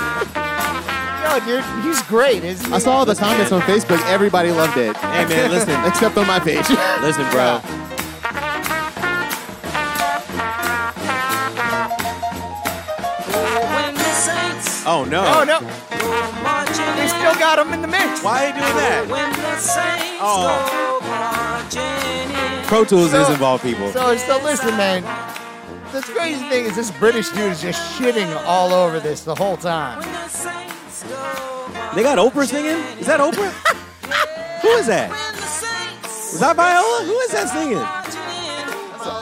Yo, dude, he's great, isn't he? I saw all the comments on Facebook. Everybody loved it. Hey man, listen, Except on my page. listen, bro. Oh no. Oh, no. They still got him in the mix. Why are you doing that? oh. Pro Tools So- is involved, people. So, so listen, man. The crazy thing is, this British dude is just shitting all over this the whole time. they got Oprah singing? Is that Oprah? Who is that? Is that Viola? Who is that singing?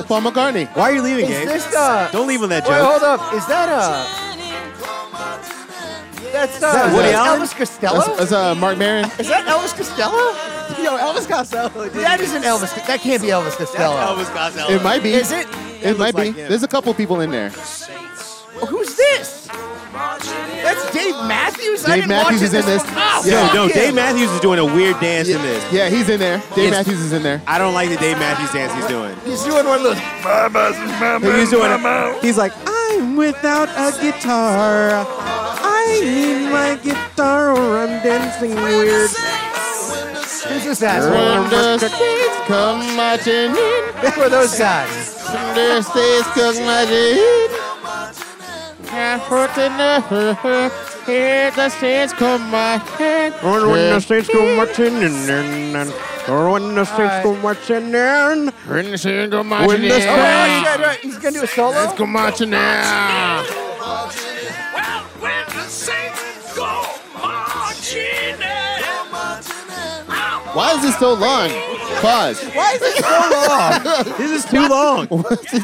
Paul McCartney. Why are you leaving, Is Gabe? this uh? Don't leave on that Wait, joke. hold up. Is that uh? That's uh. that Woody is Allen? Elvis Costello. That's, that's uh, Mark Maron. is that Elvis Costello? Yo, Elvis Costello. That isn't Elvis. That can't be Elvis Costello. Costello. It might be. Is it? It might be. like him. There's a couple people in there. Who's this? That's Dave Matthews. I Dave didn't Matthews is watch in this. Oh, Yo, Yeah. no, Dave Matthews is doing a weird dance in Yeah, this. yeah, he's in there. Dave It's- Matthews is in there. I don't like the Dave Matthews dance he's doing. He's doing one of those. He's doing it. He's like, "Ah, I'm without a guitar. I need my guitar or I'm dancing weird. Who's this From asshole? the states come marching in. Who are those guys? From the states come marching in. And for the here the states come marching. When the states go marching in, or when the states go marching in. When the states go marching the Oh, in. right, right, right. He's gonna do a solo. Let's go marching now. Why is this so long? Pause. Why is this so long? this is too long. Pause.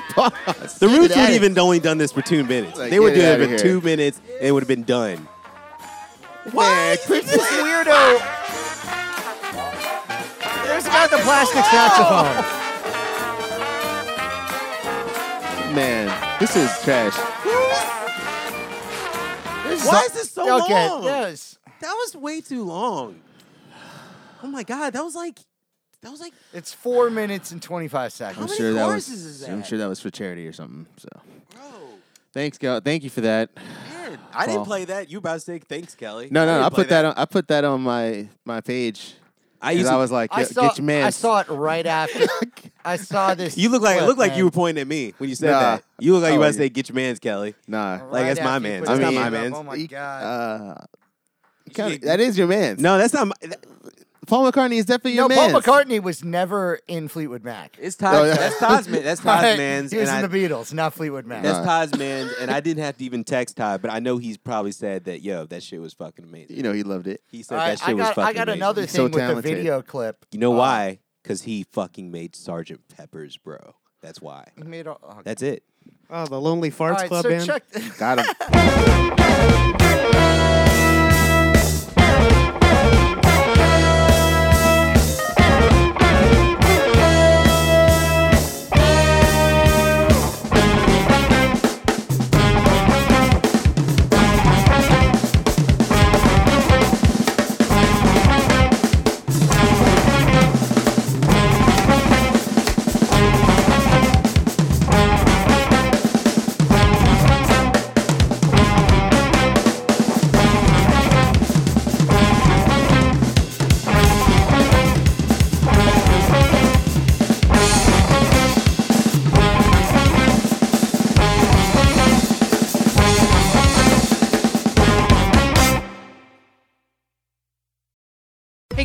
The Roots Get would outta- even only done this for two minutes. Like, They would do get it outta for here. two minutes and it would have been done. Man, quit This weirdo. There's a guy with the plastic saxophone. Man, this is trash. Why is this so okay, long? Yes. That was way too long. Oh my god, that was like, that was like, It's four minutes and 25 I'm seconds. many sure that was. choruses is I'm that? sure that was for charity or something. So, bro, thanks, God. Thank you for that. man, I didn't Paul. play that. You about to say thanks, Kelly? No, no, didn't I play put that. on. I put that on my my page. uh, I 'cause used I to- was like, I "Yo, saw, get your man. I saw it right after. I saw this. You look like it clip, looked like man. you were pointing at me when you said Nah. that. You look like you Oh, about to yeah. say, "Get your man's, Kelly." Nah, like, that's after my you man's. put That's it not in my the man's. Oh, my He- God. uh, should kinda- get- that is your man. No, that's not. My, that- Paul McCartney is definitely no, your Paul man. McCartney was never in Fleetwood Mac. it's Todd. Oh, yeah. That's Todd's man. That's Todd's Right? man's. He was in and I- the Beatles, not Fleetwood Mac. That's Nah. Todd's man's, and I didn't have to even text Todd, but I know he's probably said that. Yo, that shit was fucking amazing. You know he loved it. He said All right, that shit I was got, fucking I got amazing. another He's thing so with the talented. video clip. You know Uh, why? Because he fucking made Sergeant Pepper's, bro. That's why. he made all- oh, That's it. Oh, the Lonely Farts All right, Club so band. check. Got him. Hey